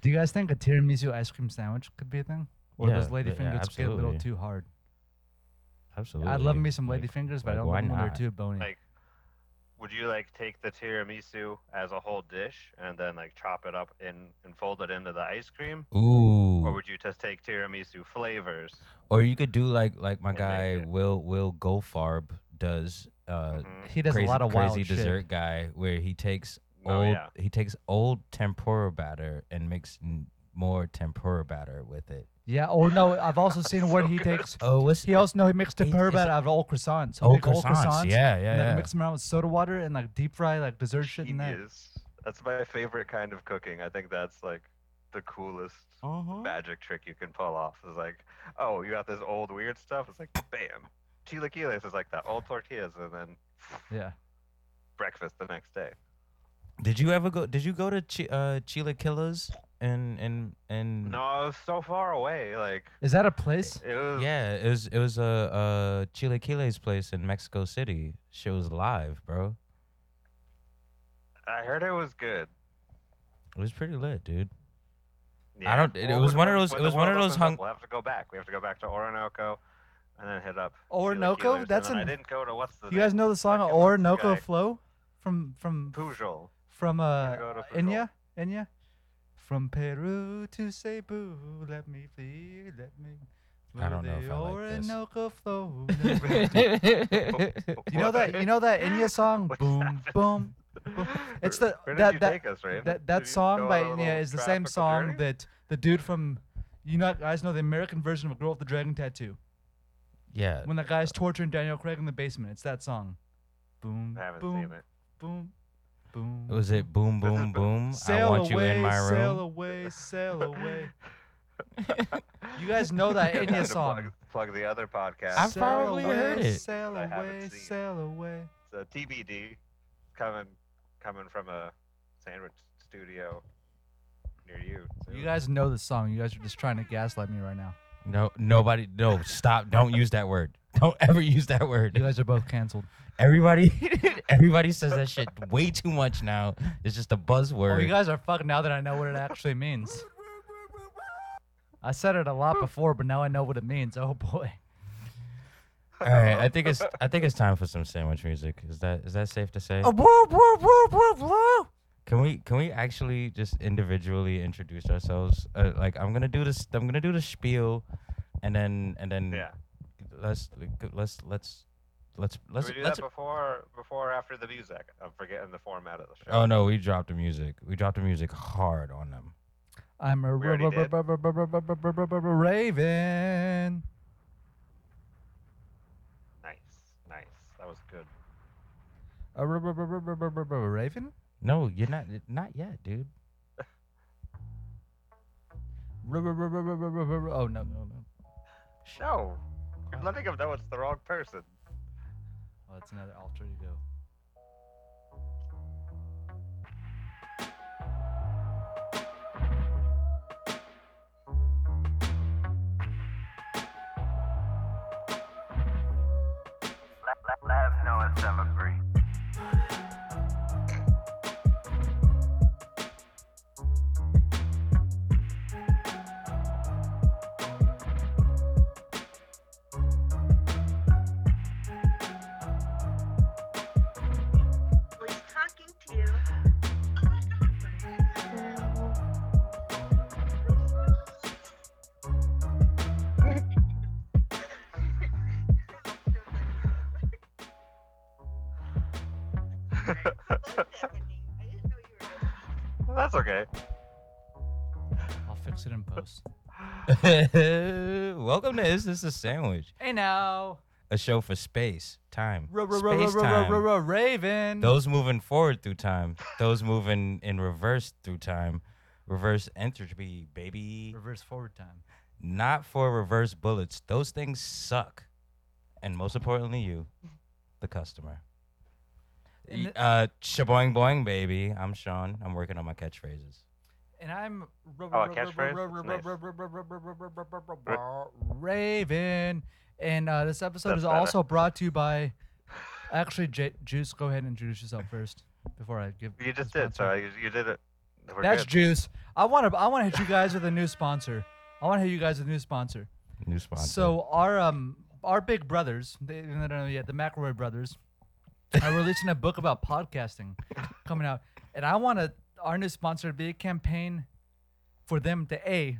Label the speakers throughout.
Speaker 1: Do you guys think a tiramisu ice cream sandwich could be a thing? Or
Speaker 2: Yeah,
Speaker 1: does lady
Speaker 2: yeah,
Speaker 1: fingers get a little
Speaker 2: absolutely.
Speaker 1: too hard?
Speaker 2: Absolutely.
Speaker 1: I'd love me some lady
Speaker 2: Like,
Speaker 1: fingers, but I
Speaker 2: like,
Speaker 1: don't
Speaker 2: why
Speaker 1: want they're
Speaker 2: not?
Speaker 1: too bony.
Speaker 3: Like, would you like take the tiramisu as a whole dish and then like chop it up in and fold it into the ice cream,
Speaker 2: Ooh.
Speaker 3: or would you just take tiramisu flavors?
Speaker 2: Or you could do like like my
Speaker 3: And make
Speaker 2: guy
Speaker 3: it-
Speaker 2: Will Will Gofarb does. Uh,
Speaker 3: Mhm.
Speaker 1: he does
Speaker 2: crazy,
Speaker 1: a lot of
Speaker 2: crazy
Speaker 1: wild
Speaker 2: dessert
Speaker 1: shit.
Speaker 2: guy where he takes
Speaker 3: Oh,
Speaker 2: old
Speaker 3: yeah.
Speaker 2: he takes old tempura batter and makes n- more tempura batter with it.
Speaker 1: Yeah. Oh no, I've also seen where
Speaker 3: So
Speaker 1: he
Speaker 3: good.
Speaker 1: takes.
Speaker 2: Oh, what's
Speaker 1: He also no, he makes the
Speaker 2: He-
Speaker 1: purr
Speaker 2: it's-
Speaker 1: out of old croissants. He'll
Speaker 2: Oh,
Speaker 1: make old
Speaker 2: croissants. Yeah,
Speaker 1: and then
Speaker 2: yeah, yeah.
Speaker 1: mix them around with soda water and like deep fry like dessert shit in that.
Speaker 3: Genius. That's my favorite kind of cooking. I think that's like the coolest
Speaker 1: Oh.
Speaker 3: magic trick you can pull off. Is like, oh, you got this old weird stuff. It's like, bam, chilaquiles is like that, old tortillas, and then
Speaker 1: Yeah.
Speaker 3: breakfast the next day.
Speaker 2: Did you ever go? Did you go to Chi uh, Chilaquilas and and and?
Speaker 3: No, I was so far away. Like,
Speaker 1: Is that a place?
Speaker 3: it was
Speaker 2: Yeah, it was it was a, a Chilaquiles place in Mexico City. Shit was live, bro.
Speaker 3: I heard it was good.
Speaker 2: It was pretty lit, dude.
Speaker 3: Yeah.
Speaker 2: don't- it
Speaker 3: Well,
Speaker 2: was
Speaker 3: when-
Speaker 2: one of
Speaker 3: when-
Speaker 2: those-
Speaker 3: when
Speaker 2: it
Speaker 3: the
Speaker 2: was one of
Speaker 3: world
Speaker 2: those
Speaker 3: opens up,
Speaker 2: hung-
Speaker 3: We'll have to go back. We have to go back to Orinoco, and then hit up.
Speaker 1: Orinoco?
Speaker 3: Chilaquiles,
Speaker 1: That's
Speaker 3: and
Speaker 1: an-
Speaker 3: then I didn't go to what's the.
Speaker 1: You guys
Speaker 3: name?
Speaker 1: know the song
Speaker 3: Fucking what's the
Speaker 1: Orinoco
Speaker 3: guy?
Speaker 1: Flow from from
Speaker 3: Pujol.
Speaker 1: from uh
Speaker 3: go to Peru.
Speaker 1: Enya Enya from Peru to Cebu. Let me flee, let me.
Speaker 2: I don't
Speaker 1: through
Speaker 2: know
Speaker 1: the
Speaker 2: if I like this.
Speaker 1: Orinoco flow.
Speaker 2: you
Speaker 1: you know that you know that Enya song.
Speaker 3: What's
Speaker 1: boom
Speaker 3: that?
Speaker 1: boom. It's
Speaker 3: Where-
Speaker 1: the-
Speaker 3: where did
Speaker 1: that-
Speaker 3: you
Speaker 1: that-
Speaker 3: take us, Raymond?
Speaker 1: That
Speaker 3: Did
Speaker 1: that
Speaker 3: you
Speaker 1: song
Speaker 3: go
Speaker 1: by
Speaker 3: on a
Speaker 1: Enya
Speaker 3: little
Speaker 1: is the same
Speaker 3: tropical
Speaker 1: song
Speaker 3: journey?
Speaker 1: that the dude from. You know, guys know the American version of "Girl with the Dragon Tattoo."
Speaker 2: yeah.
Speaker 1: When the guy's torturing Daniel Craig in the basement, it's that song. Boom,
Speaker 3: I haven't
Speaker 1: boom,
Speaker 3: seen it.
Speaker 1: boom, boom.
Speaker 2: Was it boom
Speaker 3: This is
Speaker 2: boom
Speaker 3: bu-
Speaker 2: boom?
Speaker 1: Sail
Speaker 2: I want
Speaker 1: away,
Speaker 2: you in my room.
Speaker 1: sail away, sail away. You guys know that
Speaker 3: Time
Speaker 1: Enya
Speaker 3: to plug-
Speaker 1: song.
Speaker 3: Plug, the other podcast.
Speaker 2: I've
Speaker 1: Sail
Speaker 2: probably
Speaker 1: away,
Speaker 2: heard it.
Speaker 1: Sail
Speaker 3: I haven't
Speaker 1: away,
Speaker 3: seen it.
Speaker 1: sail away.
Speaker 3: It's uh, a TBD, coming coming from a sandwich studio near you.
Speaker 1: You
Speaker 3: too.
Speaker 1: guys know the song. You guys are just trying to gaslight me right now.
Speaker 2: No, nobody. No, stop. Don't use that word. Don't ever use that
Speaker 1: You
Speaker 2: word.
Speaker 1: guys are both canceled.
Speaker 2: Everybody, everybody says that shit way too much now. It's just a
Speaker 1: Oh, you
Speaker 2: buzzword.
Speaker 1: guys are fucked now that I know what it actually means. I said it a lot before, but now I know what it means. Oh boy.
Speaker 2: All right, I think it's I think it's time for some sandwich music. Is that is that safe to say?
Speaker 1: whoa, whoa, whoa, whoa, whoa.
Speaker 2: Can we can we actually just individually introduce ourselves? Uh, like I'm gonna do this. I'm gonna do the spiel, and then and then
Speaker 3: Yeah.
Speaker 2: Let's let's let's let's let's
Speaker 3: Did we do
Speaker 2: let's.
Speaker 3: that before, before or after the music? I'm forgetting the format of the show.
Speaker 2: Oh no, we dropped the music. We dropped the music hard on them.
Speaker 1: I'm a
Speaker 3: We already did.
Speaker 1: raven.
Speaker 3: Nice, nice. That was good.
Speaker 1: A raven?
Speaker 2: No, you're not. Not yet, dude.
Speaker 1: Oh no, no, no.
Speaker 3: No, you're letting him know it's the wrong person.
Speaker 1: Oh, that's another alter ego.
Speaker 4: Always talking to you.
Speaker 3: That's okay.
Speaker 1: I'll fix it in post.
Speaker 2: Welcome to Is This a Sandwich?
Speaker 1: Hey now,
Speaker 2: A show for space, time, space time.
Speaker 1: raven.
Speaker 2: Those moving forward through time, those moving in reverse through time. Reverse entropy, baby.
Speaker 1: Reverse forward time.
Speaker 2: Not for reverse bullets. Those things suck. And most importantly, you, the customer.
Speaker 1: And
Speaker 2: Y-
Speaker 1: the-
Speaker 2: Uh, shaboing boing, baby. I'm Sean. I'm working on my catchphrases.
Speaker 1: And I'm
Speaker 3: Oh, a catchphrase? That's
Speaker 1: raven. And uh, this episode
Speaker 3: That's
Speaker 1: is
Speaker 3: better.
Speaker 1: also brought to you by. Actually, J- Juice, go ahead and introduce yourself first before I give.
Speaker 3: You
Speaker 1: the
Speaker 3: just did,
Speaker 1: sponsor.
Speaker 3: so you, you did it. We're
Speaker 1: That's
Speaker 3: good.
Speaker 1: Juice. I want to. I want to hit you guys with a new sponsor. I want to hit you guys with a new sponsor.
Speaker 2: New sponsor.
Speaker 1: So our um our big brothers, they, they don't know yet, the McElroy brothers, are releasing a book about podcasting coming out, and I want to our new sponsor to be a campaign for them to a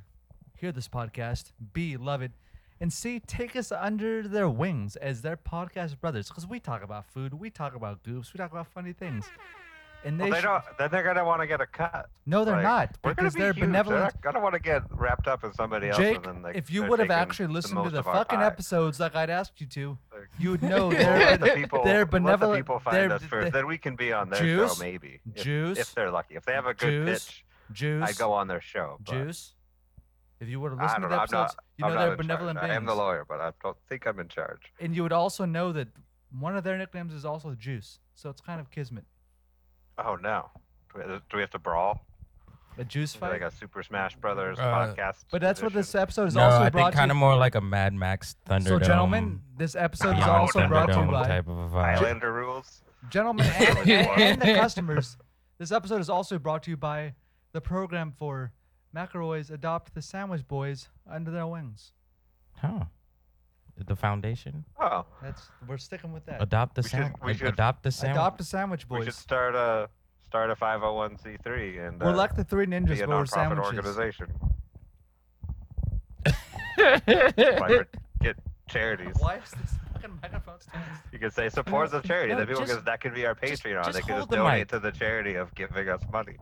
Speaker 1: hear this podcast, b love it, and c take us under their wings as their podcast brothers because we talk about food, we talk about goofs, we talk about funny things, and they,
Speaker 3: Well, they
Speaker 1: should-
Speaker 3: don't. Then they're gonna want to get a cut.
Speaker 1: no they're
Speaker 3: Like,
Speaker 1: not
Speaker 3: We're gonna
Speaker 1: because
Speaker 3: be
Speaker 1: they're
Speaker 3: huge. They're
Speaker 1: benevolent.
Speaker 3: not gonna want to get wrapped up in somebody else.
Speaker 1: Jake,
Speaker 3: and then, like,
Speaker 1: if you
Speaker 3: they're
Speaker 1: would have
Speaker 3: taking
Speaker 1: actually listened to
Speaker 3: most
Speaker 1: the
Speaker 3: of our
Speaker 1: fucking
Speaker 3: pie.
Speaker 1: episodes like I'd asked you to,
Speaker 3: Like,
Speaker 1: you would know
Speaker 3: well, let
Speaker 1: they're,
Speaker 3: the people,
Speaker 1: they're
Speaker 3: Let
Speaker 1: benevolent.
Speaker 3: the people find
Speaker 1: they're,
Speaker 3: us first.
Speaker 1: they're-
Speaker 3: then we can be on their
Speaker 1: Jews,
Speaker 3: show, maybe. If,
Speaker 1: Jews,
Speaker 3: if they're lucky. If they have a good
Speaker 1: Jews,
Speaker 3: pitch,
Speaker 1: Juice,
Speaker 3: I go on their show. but
Speaker 1: Juice. If you would have
Speaker 3: I
Speaker 1: listened to the
Speaker 3: don't know, I'm not-
Speaker 1: episodes, you
Speaker 3: I'm
Speaker 1: know
Speaker 3: not
Speaker 1: they're
Speaker 3: in charge.
Speaker 1: benevolent
Speaker 3: I am the
Speaker 1: beings.
Speaker 3: lawyer, but I don't think I'm in charge.
Speaker 1: and you would also know that one of their nicknames is also Juice, so it's kind of kismet.
Speaker 3: Oh no. Do we, do we have to brawl?
Speaker 1: A juice
Speaker 3: Is it Like
Speaker 1: fight.
Speaker 3: a Super Smash Brothers
Speaker 2: Uh,
Speaker 3: podcast.
Speaker 1: But that's what this
Speaker 3: edition?
Speaker 1: episode is
Speaker 2: no,
Speaker 1: also
Speaker 2: I
Speaker 1: brought
Speaker 2: think
Speaker 1: to.
Speaker 2: kind of more like a Mad Max Thunderdome.
Speaker 1: so, gentlemen, this episode is
Speaker 2: Beyond
Speaker 1: also brought to you
Speaker 2: Thunderdome
Speaker 1: by
Speaker 2: type of a vibe.
Speaker 3: Highlander rules.
Speaker 1: gentlemen and, and the customers. This episode is also brought to you by the program for McElroy's Adopt the Sandwich Boys Under Their Wings.
Speaker 2: Huh. The foundation.
Speaker 3: Oh,
Speaker 1: That's we're sticking with that.
Speaker 2: Adopt the
Speaker 3: Uh, We should-
Speaker 2: sandwich.
Speaker 3: we should-
Speaker 2: Adopt the sandwich.
Speaker 1: Adopt the Sandwich
Speaker 3: we should
Speaker 1: Boys.
Speaker 3: start a start a 501c3 and
Speaker 1: We're
Speaker 3: uh,
Speaker 1: like the three ninjas,
Speaker 3: be a
Speaker 1: but we're
Speaker 3: nonprofit
Speaker 1: sandwiches.
Speaker 3: organization. Like, get charities.
Speaker 1: Why is this fucking microphone stand?
Speaker 3: You could say support the charity.
Speaker 2: no,
Speaker 3: Then people
Speaker 2: just-
Speaker 3: can, that could be our Patreon.
Speaker 2: just-
Speaker 3: they
Speaker 2: just
Speaker 3: could
Speaker 2: hold
Speaker 3: just
Speaker 2: the
Speaker 3: donate
Speaker 2: mic.
Speaker 3: to the charity of giving us money.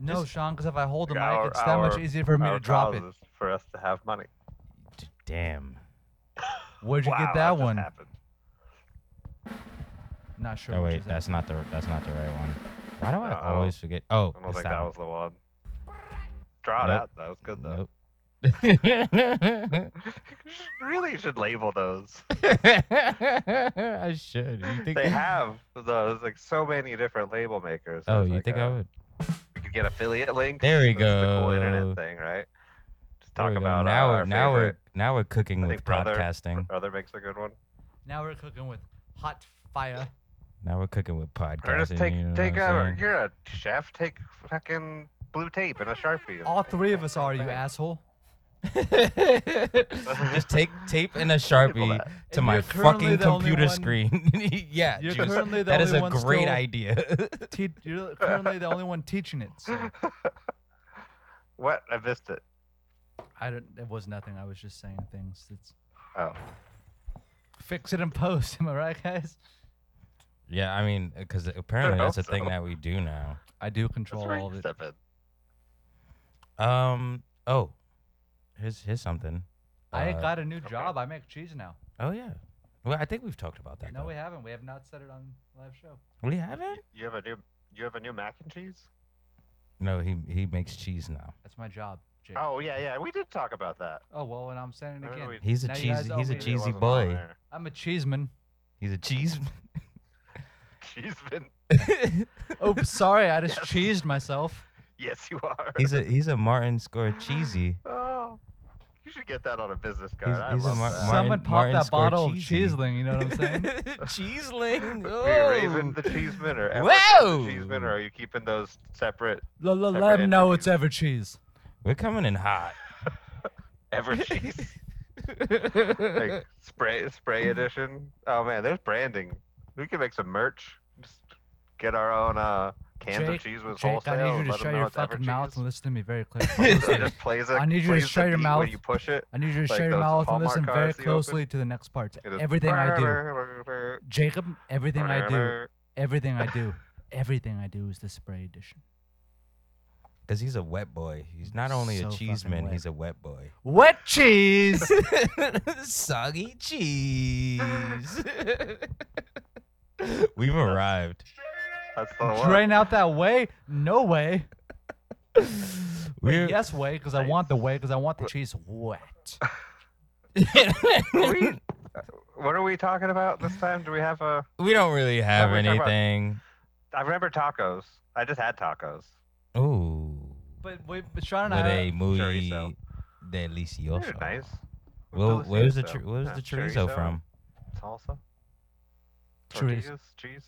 Speaker 1: No, Sean, because if I hold the mic,
Speaker 3: Our-
Speaker 1: it's that much
Speaker 3: our-
Speaker 1: easier for me
Speaker 3: Our
Speaker 1: to drop it.
Speaker 3: cause is For us to have money.
Speaker 2: D- Damn.
Speaker 1: Where'd you
Speaker 3: wow,
Speaker 1: get that
Speaker 3: just
Speaker 1: one?
Speaker 3: happened.
Speaker 1: Not sure.
Speaker 2: Oh
Speaker 1: which
Speaker 2: wait,
Speaker 1: is it.
Speaker 2: that's not the that's not the right one. Why do I
Speaker 3: Uh-oh.
Speaker 2: always forget? Oh,
Speaker 3: I don't
Speaker 2: it's
Speaker 3: think
Speaker 2: that
Speaker 3: that
Speaker 2: one.
Speaker 3: was the one. Draw it
Speaker 2: Nope.
Speaker 3: out. That was good though.
Speaker 2: Nope.
Speaker 3: really should label those.
Speaker 2: I should. You think
Speaker 3: They have those like so many different label makers.
Speaker 2: Oh,
Speaker 3: There's,
Speaker 2: you
Speaker 3: like,
Speaker 2: think
Speaker 3: uh,
Speaker 2: I would?
Speaker 3: We could get affiliate links.
Speaker 2: There we
Speaker 3: That's The cool
Speaker 2: go.
Speaker 3: internet thing, right? Just
Speaker 2: There
Speaker 3: talk
Speaker 2: we go.
Speaker 3: about
Speaker 2: now.
Speaker 3: uh,
Speaker 2: we're
Speaker 3: our
Speaker 2: now
Speaker 3: favorite.
Speaker 2: we're now we're cooking
Speaker 3: I
Speaker 2: with
Speaker 3: think brother-
Speaker 2: podcasting.
Speaker 3: Brother makes a good one.
Speaker 1: Now we're cooking with hot fire.
Speaker 2: Now we're cooking with podcasting.
Speaker 3: Ernest, take
Speaker 2: you know
Speaker 3: take
Speaker 2: what I'm
Speaker 3: a
Speaker 2: saying?
Speaker 3: you're a chef. Take fucking blue tape and a sharpie. and
Speaker 1: All
Speaker 3: make
Speaker 1: three of
Speaker 3: that
Speaker 1: us are, you
Speaker 3: thing.
Speaker 1: asshole.
Speaker 2: Just take tape and a sharpie
Speaker 3: that.
Speaker 2: to
Speaker 1: And
Speaker 2: my
Speaker 1: you're currently
Speaker 2: fucking
Speaker 1: the only
Speaker 2: computer
Speaker 1: one-
Speaker 2: screen. yeah,
Speaker 1: You're
Speaker 2: Juice,
Speaker 1: currently the
Speaker 2: that is
Speaker 1: only
Speaker 2: a
Speaker 1: one
Speaker 2: great
Speaker 1: still-
Speaker 2: idea.
Speaker 1: Te- you're currently the only one teaching it. So
Speaker 3: What? I missed it.
Speaker 1: I don't. It was nothing. I was just saying things. It's
Speaker 3: Oh,
Speaker 1: fix it in post. Am I right, guys?
Speaker 2: yeah, I mean, because apparently that's a
Speaker 3: hope
Speaker 2: thing
Speaker 3: so.
Speaker 2: that we do now.
Speaker 1: I do
Speaker 3: that's
Speaker 1: control
Speaker 3: where
Speaker 1: all of
Speaker 3: you
Speaker 1: it.
Speaker 3: step in.
Speaker 2: Um. Oh, here's here's something.
Speaker 1: I
Speaker 2: Uh,
Speaker 1: got a new job. I make cheese now.
Speaker 2: Oh yeah. Well, I think we've talked about that.
Speaker 1: No,
Speaker 2: though.
Speaker 1: we haven't. We have not said it on live show.
Speaker 2: We haven't.
Speaker 3: You have a new you have a new mac and cheese.
Speaker 2: No, he he makes cheese now.
Speaker 1: That's my job, Jake.
Speaker 3: Oh yeah, yeah. We did talk about that.
Speaker 1: Oh well, and I'm saying it
Speaker 3: Remember
Speaker 1: again.
Speaker 3: we-
Speaker 2: He's a
Speaker 1: Now you guys
Speaker 2: cheesy.
Speaker 1: owe
Speaker 2: He's a
Speaker 1: me. It
Speaker 2: cheesy
Speaker 3: wasn't on
Speaker 2: boy.
Speaker 3: there.
Speaker 1: I'm a cheeseman.
Speaker 2: He's a cheese.
Speaker 3: Cheeseman.
Speaker 1: Oh, sorry, I just
Speaker 3: Yes.
Speaker 1: cheesed myself.
Speaker 3: Yes, you are.
Speaker 2: he's a he's a Martin score cheesy.
Speaker 3: Oh, you should get that on a business card.
Speaker 2: He's-
Speaker 3: I
Speaker 2: he's a
Speaker 3: love
Speaker 2: mar-
Speaker 3: that.
Speaker 2: mar-
Speaker 1: Someone popped
Speaker 2: Martin
Speaker 1: that
Speaker 2: score
Speaker 1: bottle of
Speaker 2: cheesy.
Speaker 1: cheeseling. You know what I'm saying?
Speaker 2: Cheeseling.
Speaker 3: Are you raving
Speaker 2: oh.
Speaker 3: the cheeseman or Everett
Speaker 2: Whoa!
Speaker 3: the cheeseman, or are you keeping those separate?
Speaker 1: L- l-
Speaker 3: Separate
Speaker 1: let him know it's
Speaker 3: entities.
Speaker 1: ever cheese.
Speaker 2: We're coming in hot.
Speaker 3: Ever cheese, like spray spray edition. Oh man, there's branding. We can make some merch. Just get our own uh cans
Speaker 1: Jake,
Speaker 3: of cheese with
Speaker 1: Jake,
Speaker 3: wholesale.
Speaker 1: I need
Speaker 3: and
Speaker 1: you to
Speaker 3: let 'em
Speaker 1: shut
Speaker 3: know
Speaker 1: your
Speaker 3: it's Ever
Speaker 1: fucking
Speaker 3: cheese.
Speaker 1: mouth and listen to me very close.
Speaker 3: So it just plays it.
Speaker 1: I need you to shut your mouth.
Speaker 3: when you push it.
Speaker 1: I need you to
Speaker 3: like
Speaker 1: shut your
Speaker 3: those
Speaker 1: mouth and
Speaker 3: Hallmark
Speaker 1: listen
Speaker 3: cars
Speaker 1: very
Speaker 3: that you
Speaker 1: closely
Speaker 3: open.
Speaker 1: to the next parts.
Speaker 3: It is
Speaker 1: Everything I do, Jacob. Everything I do. Everything I do. Everything I do is the spray edition.
Speaker 2: Cause he's a wet boy. He's not only
Speaker 1: So
Speaker 2: a
Speaker 1: fucking
Speaker 2: cheeseman,
Speaker 1: wet.
Speaker 2: he's a wet boy.
Speaker 1: Wet cheese.
Speaker 2: Soggy cheese. We've arrived.
Speaker 3: That's the one.
Speaker 1: Drain out that way? No way.
Speaker 2: We're,
Speaker 1: Yes way, because I want the way, because I want the cheese wet.
Speaker 3: We- what are we talking about this time? Do we have a?
Speaker 2: we don't really have
Speaker 3: we're talking about-
Speaker 2: anything.
Speaker 3: I remember tacos. I just had tacos.
Speaker 2: Ooh.
Speaker 1: But wait, but Sean and
Speaker 2: With a
Speaker 1: I.
Speaker 2: muy
Speaker 3: chorizo.
Speaker 2: de
Speaker 3: They're
Speaker 2: delicioso.
Speaker 3: nice.
Speaker 2: Well, where's the
Speaker 3: Delicioso.
Speaker 2: chor- where's
Speaker 3: Uh,
Speaker 2: the chorizo from?
Speaker 3: Salsa.
Speaker 1: Chorizo.
Speaker 3: Tortillas, cheese.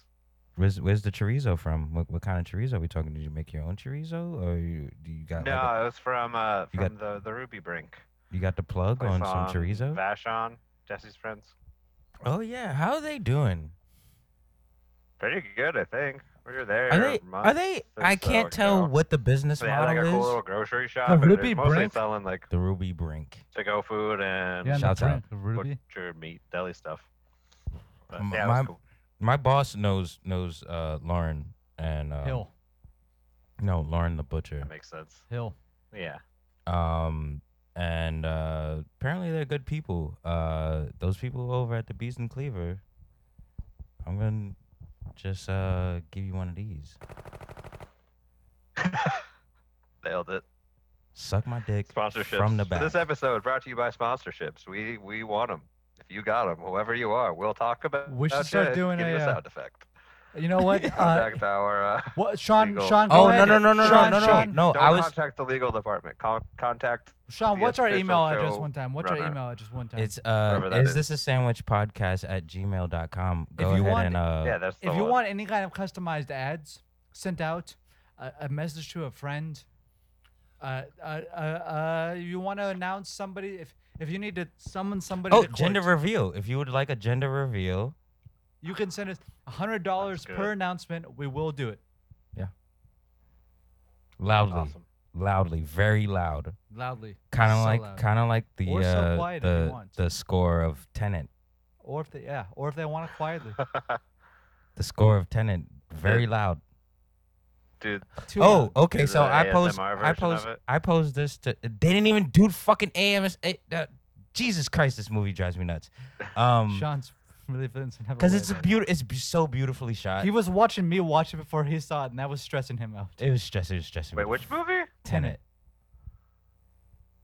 Speaker 2: Where's Where's the chorizo from? What What kind of chorizo are we talking? Did you make your own chorizo, or you do you got
Speaker 3: no,
Speaker 2: like a-
Speaker 3: it was from uh
Speaker 2: You
Speaker 3: from the the Ruby Brink.
Speaker 2: you got the plug
Speaker 3: Place
Speaker 2: on some chorizo?
Speaker 3: Vashon, Jesse's friends.
Speaker 2: oh yeah, how are they doing?
Speaker 3: Pretty good, I think. We were there.
Speaker 2: Are they?
Speaker 3: months
Speaker 2: Are they?
Speaker 3: or
Speaker 2: I
Speaker 3: so
Speaker 2: can't tell
Speaker 3: ago.
Speaker 2: what the business
Speaker 3: They had like
Speaker 2: model
Speaker 3: a cool
Speaker 2: is.
Speaker 3: little grocery shop.
Speaker 1: The
Speaker 3: and they're
Speaker 1: Ruby
Speaker 3: mostly
Speaker 1: Brink?
Speaker 3: selling like
Speaker 2: The Ruby Brink.
Speaker 3: to-go food and
Speaker 1: Yeah, and
Speaker 2: Shouts
Speaker 1: the
Speaker 2: out.
Speaker 1: drink, Ruby.
Speaker 3: butcher meat deli stuff. But,
Speaker 2: M-
Speaker 3: yeah, it was
Speaker 2: my-
Speaker 3: cool.
Speaker 2: My boss knows knows uh, Lauren and
Speaker 3: um,
Speaker 2: uh,
Speaker 1: Hill.
Speaker 2: no Lauren the butcher.
Speaker 3: That makes sense.
Speaker 1: Hill.
Speaker 3: Yeah.
Speaker 2: Um, and uh, apparently they're good people. Uh, those people over at the Beast and Cleaver. I'm gonna just uh give you one of these.
Speaker 3: Nailed it.
Speaker 2: Suck my dick
Speaker 3: Sponsorships.
Speaker 2: from the
Speaker 3: For
Speaker 2: back.
Speaker 3: This episode brought to you by sponsorships. We we want them. If you got them, whoever you are, we'll talk about.
Speaker 1: We should
Speaker 3: about
Speaker 1: start
Speaker 3: you.
Speaker 1: doing
Speaker 3: Give
Speaker 1: a,
Speaker 3: me
Speaker 1: uh,
Speaker 3: sound effect.
Speaker 1: You know what? Uh,
Speaker 3: Contact our. Uh,
Speaker 1: what Sean?
Speaker 3: Legal.
Speaker 1: Sean. go
Speaker 2: oh no
Speaker 1: ahead.
Speaker 2: no no no
Speaker 1: Sean,
Speaker 2: no no
Speaker 1: Sean,
Speaker 2: no!
Speaker 3: don't
Speaker 2: I was
Speaker 3: contact the legal department. Con- contact.
Speaker 1: Sean,
Speaker 3: the
Speaker 1: what's our
Speaker 3: official
Speaker 1: email address
Speaker 3: show
Speaker 1: one time? What's our
Speaker 3: runner.
Speaker 1: email address one time?
Speaker 2: It's uh,
Speaker 3: Whatever that
Speaker 2: is
Speaker 3: is.
Speaker 2: this a sandwich podcast at gmail.com? Go
Speaker 1: you
Speaker 2: ahead
Speaker 1: want-
Speaker 2: and uh,
Speaker 3: yeah, that's the
Speaker 1: if you
Speaker 3: one.
Speaker 1: want any kind of customized ads sent out, a, a message to a friend, uh, uh, uh, uh, you want to announce somebody. If if you need to summon somebody,
Speaker 2: oh,
Speaker 1: to court,
Speaker 2: gender reveal. If you would like a gender reveal,
Speaker 1: you can send us hundred dollars
Speaker 3: That's
Speaker 1: per
Speaker 3: good.
Speaker 1: announcement. We will do it
Speaker 2: loudly,
Speaker 3: Awesome.
Speaker 2: loudly, very loud.
Speaker 1: loudly,
Speaker 2: Kind
Speaker 1: so
Speaker 2: of like,
Speaker 1: loud.
Speaker 2: kind of like the
Speaker 1: Or so
Speaker 2: uh,
Speaker 1: quiet if you
Speaker 2: the
Speaker 1: want.
Speaker 2: the score of Tenant.
Speaker 1: or if they yeah, or if they want it quietly.
Speaker 2: The score of Tenant, very loud.
Speaker 3: Dude,
Speaker 1: Too
Speaker 2: Oh,
Speaker 1: loud.
Speaker 2: okay.
Speaker 3: Is
Speaker 2: So
Speaker 3: it
Speaker 2: I
Speaker 3: a
Speaker 2: posed,
Speaker 3: ASMR
Speaker 2: I
Speaker 3: version
Speaker 2: posed,
Speaker 3: of it?
Speaker 2: I posed this to. They didn't even do fucking AMS. eh, Uh, Jesus Christ, this movie drives me nuts. Um,
Speaker 1: Sean's really feeling some type of
Speaker 2: because
Speaker 1: way
Speaker 2: it's a
Speaker 1: about it.
Speaker 2: beautiful, it's be- so beautifully shot.
Speaker 1: He was watching me watch it before he saw it, and that was stressing him out.
Speaker 2: It was stress. It was stressing.
Speaker 3: wait, which movie?
Speaker 2: Tenet?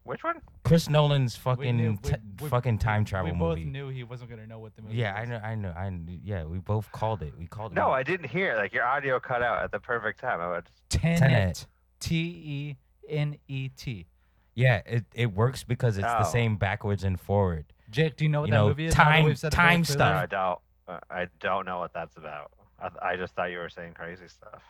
Speaker 3: Which one?
Speaker 2: Chris Nolan's
Speaker 1: We
Speaker 2: fucking
Speaker 1: knew- we-
Speaker 2: t-
Speaker 1: we-
Speaker 2: fucking time
Speaker 1: we
Speaker 2: travel
Speaker 1: both
Speaker 2: movie.
Speaker 1: knew he wasn't gonna know what the movie.
Speaker 2: Yeah, I
Speaker 1: was.
Speaker 2: know, I know, I kn- yeah. We both called it. We called it.
Speaker 3: No, I didn't hear. Like your audio cut out at the perfect time. I would.
Speaker 1: Tenet. T E N E T.
Speaker 2: yeah. It, it works because it's the
Speaker 3: Oh.
Speaker 2: same backwards and forward.
Speaker 1: Jake, do you know what
Speaker 2: You
Speaker 1: that
Speaker 2: know,
Speaker 1: movie is? now that
Speaker 2: time-
Speaker 1: we've said it very
Speaker 2: time
Speaker 1: clearly?
Speaker 2: stuff.
Speaker 3: No, I don't. uh, I don't know what that's about. I, th- I just thought you were saying crazy stuff.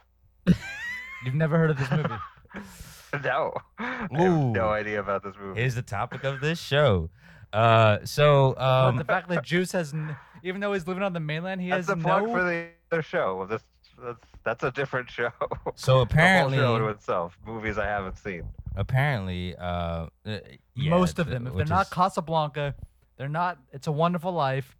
Speaker 1: You've never heard of this movie.
Speaker 3: No, I have
Speaker 2: Ooh.
Speaker 3: no idea about this movie.
Speaker 2: Is the topic of this show. Uh, so
Speaker 1: but the
Speaker 2: um,
Speaker 1: fact that Juice has, n- even though he's living on the mainland, he
Speaker 3: that's
Speaker 1: has
Speaker 3: a
Speaker 1: no.
Speaker 3: plug for the other show. This that's that's a different show. A whole
Speaker 2: so apparently,
Speaker 3: show to itself. Movies I haven't seen.
Speaker 2: apparently, uh, uh, yeah,
Speaker 1: most of
Speaker 2: th-
Speaker 1: them. If they're
Speaker 2: which
Speaker 1: not
Speaker 2: is-
Speaker 1: Casablanca, they're not. It's a Wonderful Life.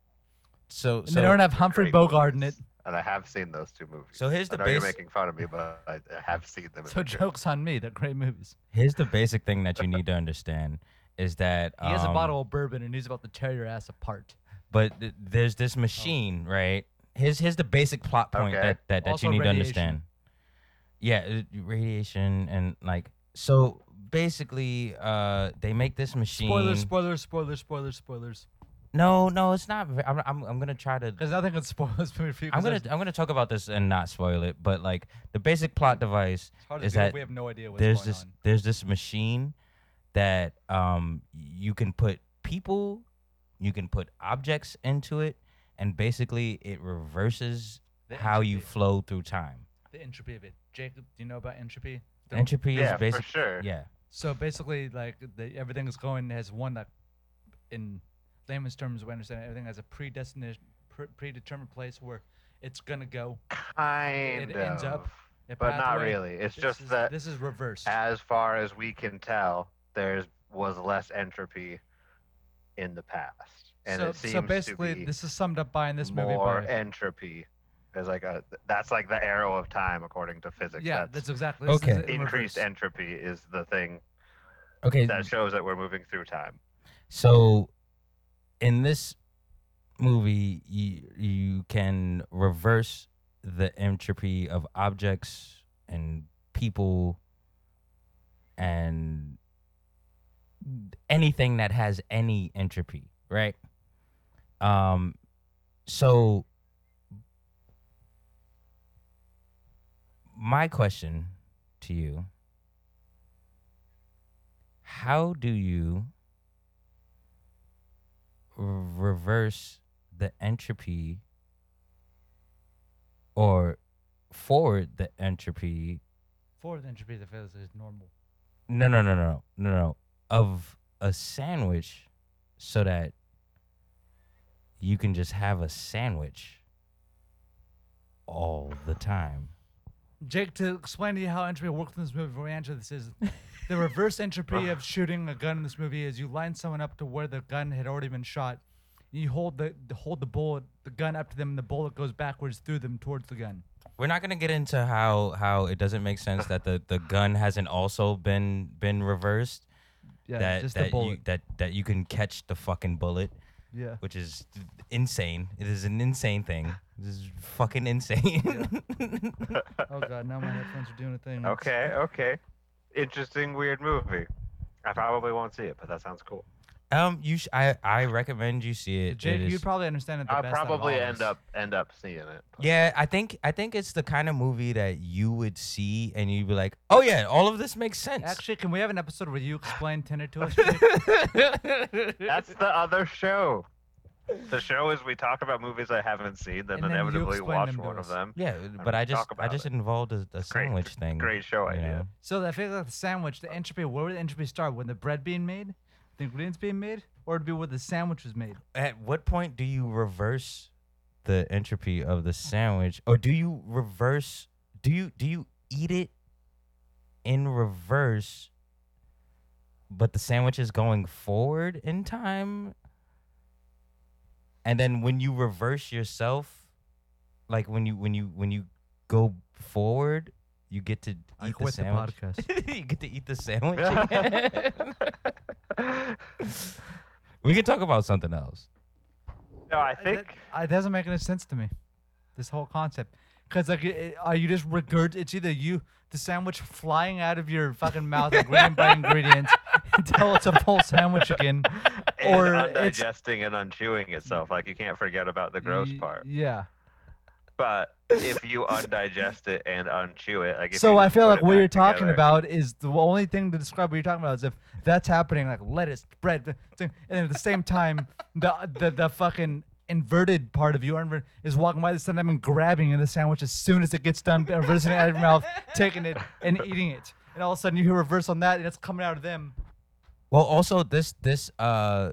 Speaker 2: so
Speaker 1: And
Speaker 2: so
Speaker 1: they don't have Humphrey
Speaker 3: Great
Speaker 1: Bogart in it.
Speaker 3: movies. And I have seen those two movies.
Speaker 2: So here's the
Speaker 3: I know you're
Speaker 2: base-
Speaker 3: making fun of me, but I I have seen them.
Speaker 1: So jokes on me. They're great movies.
Speaker 2: here's the basic thing that you need to understand is that
Speaker 1: He has a
Speaker 2: um,
Speaker 1: bottle of bourbon and he's about to tear your ass apart.
Speaker 2: but th- there's this
Speaker 1: Oh.
Speaker 2: machine, right? Here's here's the basic plot point
Speaker 3: Okay.
Speaker 2: that that, that
Speaker 1: Also
Speaker 2: you need
Speaker 1: radiation.
Speaker 2: to understand. Yeah, it- radiation and like so basically, uh, they make this machine.
Speaker 1: Spoilers, spoilers, spoilers, spoilers, spoilers.
Speaker 2: no, no, it's not. ve- I'm I'm, I'm gonna try to.
Speaker 1: Because nothing can spoil this movie for you.
Speaker 2: I'm
Speaker 1: 'cause
Speaker 2: gonna I'm gonna talk about this and not spoil it, but like the basic plot device
Speaker 1: it's hard to
Speaker 2: is
Speaker 1: do if
Speaker 2: that
Speaker 1: we have no idea what's
Speaker 2: there's
Speaker 1: going
Speaker 2: this
Speaker 1: on.
Speaker 2: there's this machine that um you can put people you can put objects into it and basically it reverses
Speaker 1: The
Speaker 2: how you
Speaker 1: entropy.
Speaker 2: flow through time
Speaker 1: the entropy of it. Jacob, do you know about entropy? The-
Speaker 2: entropy
Speaker 3: yeah,
Speaker 2: is basically
Speaker 3: for sure.
Speaker 2: yeah
Speaker 1: So basically, like the, everything is going as one that, in layman's terms, we understand everything has a predestination, pre- predetermined place where it's gonna go.
Speaker 3: Kind
Speaker 1: It ends
Speaker 3: of,
Speaker 1: up a
Speaker 3: but not
Speaker 1: pathway.
Speaker 3: really. It's
Speaker 1: This
Speaker 3: just
Speaker 1: is-
Speaker 3: that
Speaker 1: this is reversed.
Speaker 3: as far as we can tell, there's was less entropy in the past, and
Speaker 1: so,
Speaker 3: it seems
Speaker 1: so basically,
Speaker 3: to be
Speaker 1: this is summed up by in this movie.
Speaker 3: more
Speaker 1: By,
Speaker 3: entropy. There's like a that's like the arrow of time according to physics.
Speaker 1: yeah,
Speaker 3: that's,
Speaker 1: that's exactly. this is
Speaker 2: Okay.
Speaker 1: it in
Speaker 3: increased
Speaker 1: reverse.
Speaker 3: entropy is the thing
Speaker 2: okay
Speaker 3: that shows that we're moving through time.
Speaker 2: so in this movie you, you can reverse the entropy of objects and people and anything that has any entropy right um so my question to you how do you r- reverse the entropy or forward the entropy.
Speaker 1: Fourth entropy of the failures is normal.
Speaker 2: No, no, no, no, no, no, of a sandwich, so that you can just have a sandwich all the time.
Speaker 1: Jake, to explain to you how entropy works in this movie, before we answer this is the reverse entropy of shooting a gun in this movie is you line someone up to where the gun had already been shot. You hold the, the hold the bullet, the gun up to them, and the bullet goes backwards through them towards the gun.
Speaker 2: We're not gonna get into how how it doesn't make sense that the, the gun hasn't also been been reversed.
Speaker 1: Yeah,
Speaker 2: that
Speaker 1: just
Speaker 2: that
Speaker 1: the bullet.
Speaker 2: you that that you can catch the fucking bullet,
Speaker 1: yeah.
Speaker 2: which is insane. It is an insane thing. This is fucking insane.
Speaker 1: Oh god, now my headphones are doing a thing.
Speaker 3: Okay, okay. Interesting, weird movie. I probably won't see it, but that sounds cool.
Speaker 2: um, you sh- I I recommend you see it.
Speaker 1: Jake,
Speaker 2: It is-
Speaker 1: you'd probably understand it the
Speaker 3: I'll
Speaker 1: best. out of
Speaker 3: probably
Speaker 1: all of
Speaker 3: end
Speaker 1: us.
Speaker 3: up end up seeing it. but-
Speaker 2: yeah, I think I think it's the kind of movie that you would see and you'd be like, oh yeah, all of this makes sense.
Speaker 1: Actually, can we have an episode where you explain Tinder to us?
Speaker 3: That's the other show. The show is we talk about movies I haven't seen, then
Speaker 1: And then you
Speaker 3: inevitably
Speaker 1: explain
Speaker 3: watch
Speaker 1: them to
Speaker 3: one of
Speaker 1: us.
Speaker 3: them.
Speaker 2: yeah,
Speaker 3: we
Speaker 2: but I
Speaker 3: can
Speaker 2: just
Speaker 3: talk
Speaker 2: I
Speaker 3: about
Speaker 2: just
Speaker 3: it.
Speaker 2: involved a, a
Speaker 3: Great-
Speaker 2: sandwich thing.
Speaker 3: Great show
Speaker 2: you
Speaker 3: idea.
Speaker 2: know?
Speaker 1: so that feels like the sandwich, the entropy. Where would the entropy start? When the bread being made, the ingredients being made, or it'd be where the sandwich was made?
Speaker 2: at what point do you reverse the entropy of the sandwich or do you reverse do you do you eat it in reverse but the sandwich is going forward in time and then when you reverse yourself like when you when you when you go forward you get to eat
Speaker 1: I quit
Speaker 2: the
Speaker 1: the,
Speaker 2: sandwich
Speaker 1: podcast.
Speaker 2: you get to eat the sandwich again. we can talk about something else
Speaker 3: No, I
Speaker 1: I-
Speaker 3: think
Speaker 1: Uh, that, I- that doesn't make any sense to me. This whole concept, because like, it, are you just regurg? It's either you the sandwich flying out of your fucking mouth, ingredient by ingredient, until it's a full sandwich again,
Speaker 3: or
Speaker 1: or it's
Speaker 3: undigesting and unchewing itself. Like you can't forget about the gross
Speaker 1: y-
Speaker 3: part.
Speaker 1: Yeah.
Speaker 3: But if you undigest it and unchew it, like if
Speaker 1: So
Speaker 3: you
Speaker 1: I
Speaker 3: just
Speaker 1: feel
Speaker 3: put
Speaker 1: like
Speaker 3: it
Speaker 1: what
Speaker 3: back
Speaker 1: you're talking
Speaker 3: together-
Speaker 1: about is the only thing to describe what you're talking about is if that's happening, like lettuce, bread, th- thing, and at the same time, the the, the fucking inverted part of you inver- is walking by the same time and grabbing in the sandwich as soon as it gets done, reversing it out of your mouth, taking it and eating it, and all of a sudden you hear reverse on that, and it's coming out of them.
Speaker 2: Well, also this this uh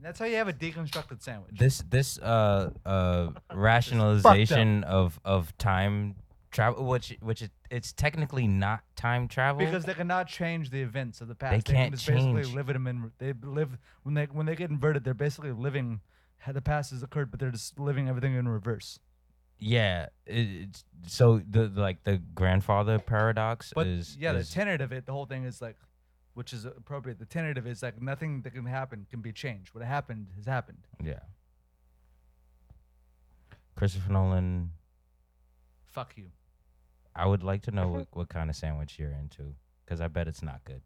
Speaker 1: That's how you have a deconstructed sandwich.
Speaker 2: this this uh uh rationalization of of time travel, which which it, it's technically not time travel.
Speaker 1: because they cannot change the events of the past.
Speaker 2: can't
Speaker 1: they can just
Speaker 2: change.
Speaker 1: basically live it in. They live when they when they get inverted. They're basically living how the past has occurred, but they're just living everything in reverse.
Speaker 2: yeah, it, it's, so the like the grandfather paradox
Speaker 1: But
Speaker 2: is
Speaker 1: yeah,
Speaker 2: is-
Speaker 1: the tenet of it, the whole thing is like, which is appropriate. The tenet of it is like nothing that can happen can be changed. What happened has happened.
Speaker 2: yeah. Christopher Nolan,
Speaker 1: Fuck you.
Speaker 2: I would like to know what, what kind of sandwich you're into, because I bet it's not good.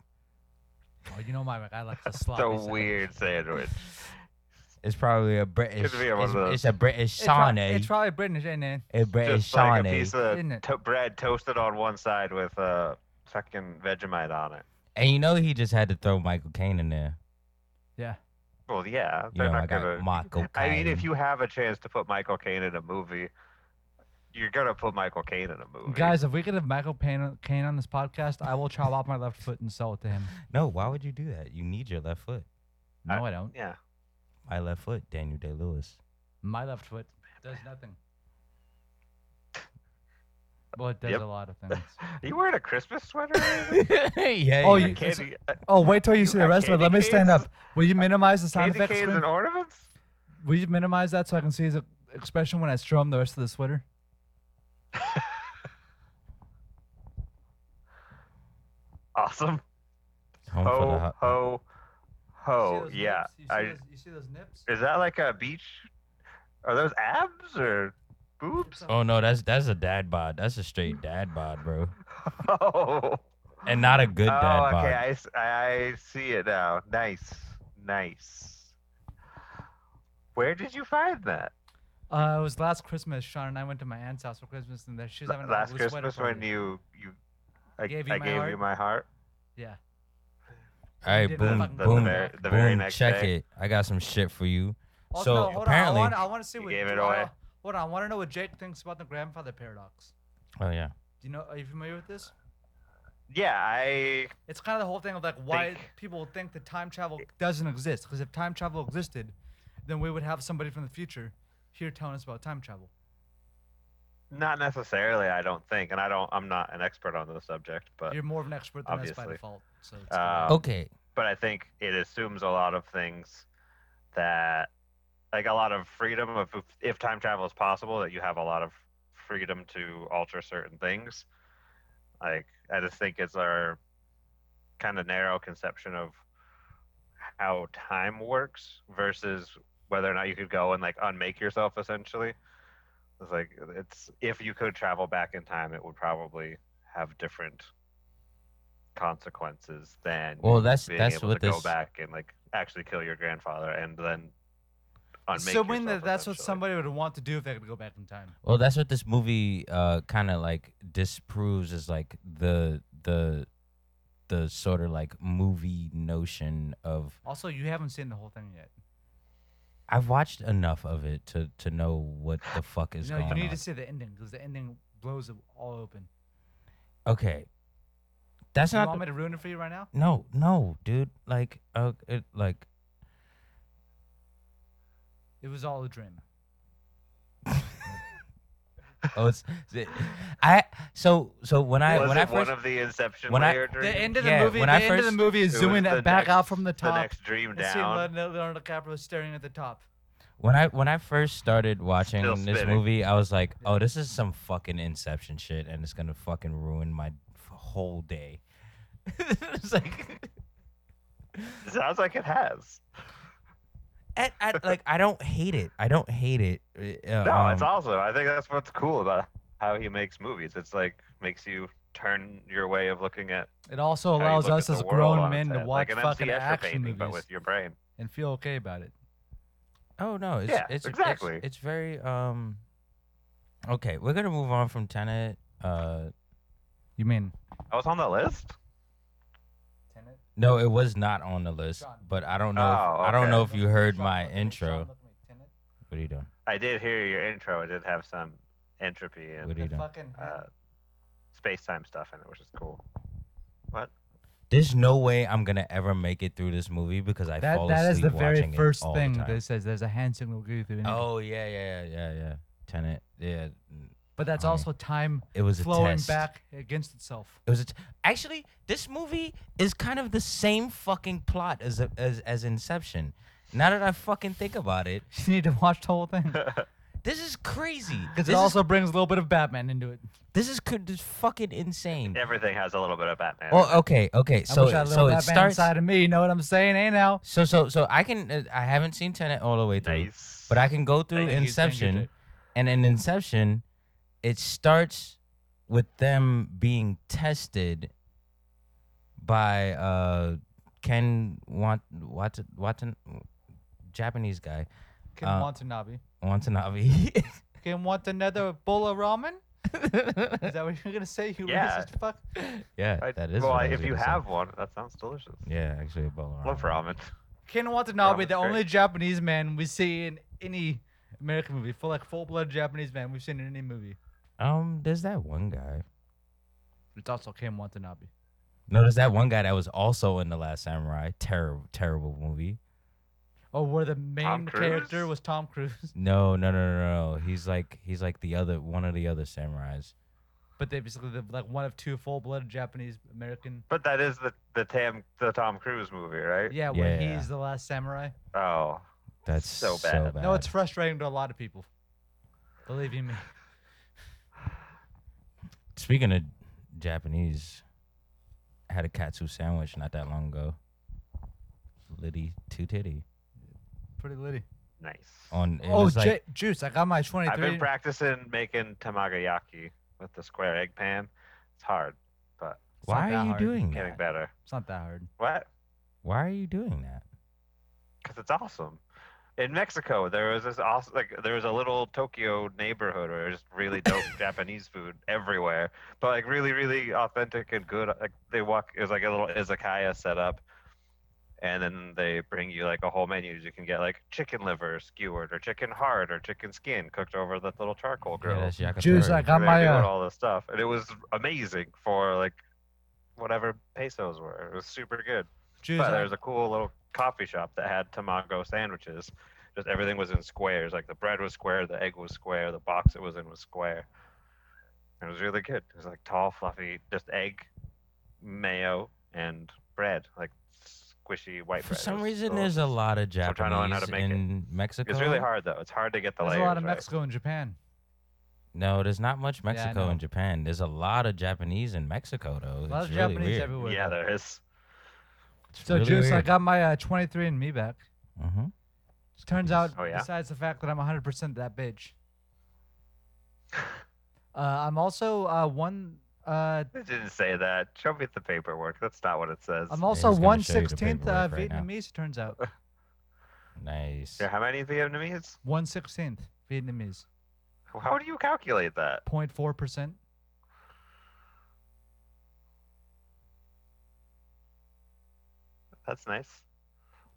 Speaker 1: Oh, you know my I like the sloppy.
Speaker 3: It's
Speaker 1: sandwich.
Speaker 3: a weird sandwich.
Speaker 2: It's probably a British.
Speaker 3: be one
Speaker 2: It's,
Speaker 3: of
Speaker 2: it's
Speaker 3: those.
Speaker 2: a British
Speaker 1: It's, prob-
Speaker 2: saune.
Speaker 1: it's probably British, ain't it?
Speaker 2: a British
Speaker 3: Just like a
Speaker 2: saune.
Speaker 3: piece of
Speaker 1: isn't it?
Speaker 3: to- bread toasted on one side with uh, fucking Vegemite on it.
Speaker 2: And you know he just had to throw Michael Caine in there.
Speaker 1: Yeah.
Speaker 3: Well, yeah,
Speaker 2: You
Speaker 3: they're
Speaker 2: know, I
Speaker 3: not
Speaker 2: got
Speaker 3: gonna.
Speaker 2: Michael Caine.
Speaker 3: I mean, if you have a chance to put Michael Caine in a movie, you're gonna put Michael Caine in a movie.
Speaker 1: Guys, if we could have Michael Payne- Caine on this podcast, I will chop off my left foot and sell it to him.
Speaker 2: no, why would you do that? You need your left foot.
Speaker 1: No, I don't.
Speaker 3: yeah,
Speaker 2: My left foot, Daniel Day Lewis.
Speaker 1: My left foot does nothing. Well, it does
Speaker 3: Yep.
Speaker 1: a lot of things.
Speaker 3: Are you wearing a Christmas sweater? or anything?
Speaker 2: yeah.
Speaker 1: Oh,
Speaker 2: yeah.
Speaker 1: you-
Speaker 3: Candy,
Speaker 1: it's-
Speaker 3: uh,
Speaker 1: Oh, wait till you see the
Speaker 3: You have
Speaker 1: rest of it.
Speaker 3: candy
Speaker 1: Let me stand
Speaker 3: canes?
Speaker 1: up. Will you minimize the sound
Speaker 3: candy
Speaker 1: effects?
Speaker 3: canes
Speaker 1: screen?
Speaker 3: and ornaments?
Speaker 1: Will you minimize that so I can see his uh, expression when I show him the rest of the sweater?
Speaker 3: Awesome.
Speaker 2: Home for the
Speaker 3: Ho
Speaker 2: ho-
Speaker 3: ho ho. Oh, Yeah. I,
Speaker 1: you see those nips?
Speaker 3: is that like a beach? Are those abs or boobs?
Speaker 2: Oh no, that's that's a dad bod. That's a straight dad bod, bro.
Speaker 3: Oh.
Speaker 2: And not a good
Speaker 3: oh,
Speaker 2: dad bod.
Speaker 3: okay. I, s- I see it now. Nice. Nice. Where did you find that?
Speaker 1: Uh, it was last Christmas. Sean and I went to my aunt's house for Christmas, and there she was
Speaker 3: L-
Speaker 1: having a
Speaker 3: Last
Speaker 1: little sweater
Speaker 3: Christmas when
Speaker 1: party.
Speaker 3: you you I
Speaker 1: Gave you
Speaker 3: I
Speaker 1: my
Speaker 3: gave you
Speaker 1: heart?
Speaker 3: my heart.
Speaker 1: Yeah.
Speaker 2: All right,
Speaker 1: did
Speaker 2: boom,
Speaker 1: fucking
Speaker 3: The
Speaker 2: boom,
Speaker 3: very- the
Speaker 2: boom.
Speaker 3: very next
Speaker 2: check
Speaker 3: day.
Speaker 2: it. I got some shit for you.
Speaker 1: Also,
Speaker 2: So,
Speaker 1: no, hold on. I
Speaker 2: apparently-
Speaker 1: want, I want to see
Speaker 3: You
Speaker 1: what
Speaker 3: gave
Speaker 1: do
Speaker 3: it
Speaker 1: I-
Speaker 3: away.
Speaker 1: Hold on, I want to know what Jake thinks about the grandfather paradox.
Speaker 2: Oh yeah.
Speaker 1: Do you know? Are you familiar with this?
Speaker 3: Yeah, I
Speaker 1: It's kind of the whole thing of like why
Speaker 3: Think.
Speaker 1: people think that time travel doesn't exist. Because if time travel existed, then we would have somebody from the future here telling us about time travel.
Speaker 3: not necessarily. I don't think, and I don't. I'm not an expert on the subject, but
Speaker 1: You're more of an expert than us by
Speaker 3: obviously.
Speaker 1: default. So it's
Speaker 3: Uh,
Speaker 2: Okay.
Speaker 3: but I think it assumes a lot of things that like a lot of freedom of if, if time travel is possible that you have a lot of freedom to alter certain things. Like I just think it's our kind of narrow conception of how time works versus whether or not you could go and like unmake yourself essentially. It's like it's if you could travel back in time it would probably have different consequences than
Speaker 2: Well, that's
Speaker 3: being
Speaker 2: that's
Speaker 3: able
Speaker 2: what
Speaker 3: to
Speaker 2: this.
Speaker 3: go back and like actually kill your grandfather and then unmake
Speaker 1: assuming
Speaker 3: yourself,
Speaker 1: that that's what
Speaker 3: essentially.
Speaker 1: somebody would want to do if they could go back in time.
Speaker 2: Well, that's what this movie uh kind of like disproves is like the the the sort of like movie notion of
Speaker 1: Also, you haven't seen the whole thing yet.
Speaker 2: I've watched enough of it to to know what the fuck is
Speaker 1: no,
Speaker 2: going
Speaker 1: you need
Speaker 2: on.
Speaker 1: to see the ending because the ending blows it all open.
Speaker 2: okay. That's
Speaker 1: Do you
Speaker 2: not
Speaker 1: want
Speaker 2: the-
Speaker 1: me to ruin it for you right now?
Speaker 2: No, no, dude. Like uh it, like
Speaker 1: It was all a dream.
Speaker 2: oh it's I so so when I
Speaker 3: was
Speaker 2: when
Speaker 3: it
Speaker 2: I first
Speaker 3: one of the Inception
Speaker 2: when I-
Speaker 3: layer dreams?
Speaker 1: The end of the
Speaker 2: Yeah,
Speaker 1: movie.
Speaker 2: when
Speaker 1: the
Speaker 2: I
Speaker 1: end of the
Speaker 2: first-
Speaker 1: movie is
Speaker 3: It was
Speaker 1: zooming
Speaker 3: the
Speaker 1: it back
Speaker 3: next-
Speaker 1: out from the top.
Speaker 3: The next dream
Speaker 1: and seeing
Speaker 3: down.
Speaker 1: Leonardo Leonardo DiCaprio staring at the top.
Speaker 2: when I when I first started watching
Speaker 3: Still
Speaker 2: this
Speaker 3: spinning.
Speaker 2: movie, I was like, "Oh, this is some fucking Inception shit, and it's gonna fucking ruin my f- whole day." it's like,
Speaker 3: Sounds like it has.
Speaker 2: I, I- like I don't hate it. I don't hate it. Uh,
Speaker 3: No,
Speaker 2: um,
Speaker 3: it's also. I think that's what's cool about how he makes movies. It's like makes you turn your way of looking at
Speaker 1: It also
Speaker 3: how you
Speaker 1: allows
Speaker 3: look at
Speaker 1: us
Speaker 3: the
Speaker 1: as
Speaker 3: world on
Speaker 1: grown
Speaker 3: its
Speaker 1: men to
Speaker 3: head,
Speaker 1: watch
Speaker 3: like an
Speaker 1: fucking
Speaker 3: MC Escher
Speaker 1: action
Speaker 3: painting, but
Speaker 1: movies
Speaker 3: with your brain.
Speaker 1: and feel okay about it.
Speaker 2: Oh no, it's
Speaker 3: Yeah,
Speaker 2: it's it's-
Speaker 3: exactly.
Speaker 2: It's, very um. Okay, we're gonna move on from Tenet. Uh,
Speaker 1: You mean?
Speaker 3: I was on the list.
Speaker 2: no, it was not on the list, but I don't know. if,
Speaker 3: Oh,
Speaker 2: I don't know if
Speaker 3: okay.
Speaker 2: you heard my intro. What are you doing?
Speaker 3: I did hear your intro. It did have some entropy
Speaker 2: What
Speaker 3: and
Speaker 2: do you doing?
Speaker 3: uh, space time stuff in it, which is cool. What?
Speaker 2: There's no way I'm gonna ever make it through this movie because I
Speaker 1: That,
Speaker 2: fall
Speaker 1: that is
Speaker 2: asleep
Speaker 1: the very
Speaker 2: watching it
Speaker 1: first
Speaker 2: all the
Speaker 1: thing
Speaker 2: time.
Speaker 1: that it says. There's a hand signal going through. the
Speaker 2: Oh yeah, yeah, yeah, yeah, yeah. Tenet. Yeah, mm,
Speaker 1: but that's
Speaker 2: I mean,
Speaker 1: also time
Speaker 2: it was a
Speaker 1: flowing
Speaker 2: test.
Speaker 1: back against itself.
Speaker 2: It was a t- actually this movie is kind of the same fucking plot as a, as as Inception. Now that I fucking think about it,
Speaker 1: You need to watch the whole thing because
Speaker 2: this is crazy.
Speaker 1: it
Speaker 2: This
Speaker 1: also
Speaker 2: is,
Speaker 1: brings a little bit of Batman into it.
Speaker 2: this is cr- this fucking insane.
Speaker 3: Everything has a little bit of Batman.
Speaker 1: uh,
Speaker 3: in it.
Speaker 2: Oh, okay, okay.
Speaker 1: I
Speaker 2: So
Speaker 1: wish I had a
Speaker 2: so
Speaker 1: little
Speaker 2: it
Speaker 1: Batman
Speaker 2: starts.
Speaker 1: inside of me. You know what I'm saying? Hey now.
Speaker 2: So so so I can uh, I haven't seen Tenet all the way through.
Speaker 3: Nice.
Speaker 2: But I can go through
Speaker 1: Thank you, thank you,
Speaker 2: Inception,
Speaker 1: Jake.
Speaker 2: and in Inception, it starts with them being tested by uh, Ken Wat Wat Watan Japanese guy
Speaker 1: Ken
Speaker 2: Uh,
Speaker 1: Watanabe.
Speaker 2: Watanabe.
Speaker 1: Ken want another bowl of ramen? Is that what you're gonna say? You
Speaker 3: Yeah.
Speaker 1: racist fuck.
Speaker 2: yeah,
Speaker 3: I-
Speaker 2: that is.
Speaker 3: Well,
Speaker 2: what I was
Speaker 3: if you
Speaker 2: gonna say.
Speaker 3: have one, that sounds delicious.
Speaker 2: yeah, actually a bowl of
Speaker 3: Love
Speaker 2: ramen.
Speaker 3: ramen.
Speaker 1: Ken Watanabe,
Speaker 3: Ramen's
Speaker 1: the
Speaker 3: great.
Speaker 1: only Japanese man we see in any American movie, full like full blood Japanese man we've seen in any movie.
Speaker 2: Um, there's that one guy.
Speaker 1: It's also Ken Watanabe.
Speaker 2: No, there's that one guy that was also in the Last Samurai. Terrible, terrible movie.
Speaker 1: Oh, where the main
Speaker 3: Cruise?
Speaker 1: character was Tom Cruise,
Speaker 2: No, no, no, no, no. He's like he's like the other one of the other samurais.
Speaker 1: but they basically the, like one of two full blood Japanese American.
Speaker 3: But that is the the Tam the Tom Cruise movie, right?
Speaker 1: Yeah, where
Speaker 2: Yeah.
Speaker 1: he's the last samurai.
Speaker 3: Oh,
Speaker 2: That's
Speaker 3: So
Speaker 2: so bad.
Speaker 3: bad.
Speaker 1: No, it's frustrating to a lot of people. Believe you me.
Speaker 2: speaking of Japanese. I had a katsu sandwich not that long ago. Liddy two titty
Speaker 1: Pretty litty.
Speaker 3: nice.
Speaker 2: on. It
Speaker 1: oh,
Speaker 2: was like,
Speaker 1: Ju- juice! I got my
Speaker 3: I've
Speaker 1: twenty-three.
Speaker 3: been practicing making tamagayaki with the square egg pan. It's hard.
Speaker 1: It's not
Speaker 2: why
Speaker 1: that
Speaker 2: are you
Speaker 1: hard.
Speaker 2: doing
Speaker 3: Getting
Speaker 2: that?
Speaker 3: better.
Speaker 1: It's not that hard.
Speaker 3: What?
Speaker 2: Why are you doing that?
Speaker 3: Because it's awesome. In Mexico, there was this awesome, like there was a little Tokyo neighborhood where there's really dope Japanese food everywhere, but like really, really authentic and good. Like they walk, it was like a little izakaya set up, and then they bring you like a whole menu. You can get like chicken liver skewered, or chicken heart, or chicken skin cooked over the little charcoal grill.
Speaker 2: Yeah, that's
Speaker 1: Jews, I
Speaker 2: yakitori.
Speaker 1: got
Speaker 3: and
Speaker 1: my.
Speaker 3: they doing
Speaker 1: Uh,
Speaker 3: all this stuff, and it was amazing for like whatever pesos were. It was super good.
Speaker 1: Jews,
Speaker 3: But there
Speaker 1: I,
Speaker 3: was a cool little coffee shop that had tamago sandwiches. Just everything was in squares. Like the bread was square, the egg was square, the box it was in was square. It was really good. It was like tall, fluffy, just egg, mayo, and bread, like squishy white
Speaker 2: For
Speaker 3: bread. It
Speaker 2: some
Speaker 3: was
Speaker 2: reason,
Speaker 3: delicious.
Speaker 2: there's a lot of
Speaker 3: I'm trying to learn how
Speaker 2: Japanese
Speaker 3: to make it.
Speaker 2: in Mexico.
Speaker 3: It's really hard though. It's hard to get the
Speaker 1: there's
Speaker 3: layers.
Speaker 1: a lot of
Speaker 3: right.
Speaker 1: Mexico in Japan.
Speaker 2: No, there's not much
Speaker 1: I
Speaker 2: Mexico
Speaker 1: know.
Speaker 2: in Japan. There's a lot of Japanese in Mexico, though.
Speaker 1: A lot
Speaker 2: it's
Speaker 1: of
Speaker 2: really
Speaker 1: Japanese
Speaker 2: weird.
Speaker 1: everywhere.
Speaker 3: Yeah, there is.
Speaker 2: It's
Speaker 1: So
Speaker 2: really
Speaker 1: Juice, I
Speaker 2: weird.
Speaker 1: got my uh, 23andMe back.
Speaker 2: hmm
Speaker 1: Turns out,
Speaker 3: Oh, yeah?
Speaker 1: besides the fact that I'm 100% that bitch, uh, I'm also uh, one. Uh,
Speaker 3: It didn't say that. Show me the paperwork. That's not what it says.
Speaker 1: I'm also
Speaker 2: he's
Speaker 1: one
Speaker 2: gonna show you the
Speaker 1: sixteenth uh,
Speaker 2: paperwork right now.
Speaker 1: Vietnamese. Turns out
Speaker 2: Nice.
Speaker 3: Yeah, how many Vietnamese?
Speaker 1: one sixteenth Vietnamese.
Speaker 3: How do you calculate that?
Speaker 1: 04 percent.
Speaker 3: That's nice.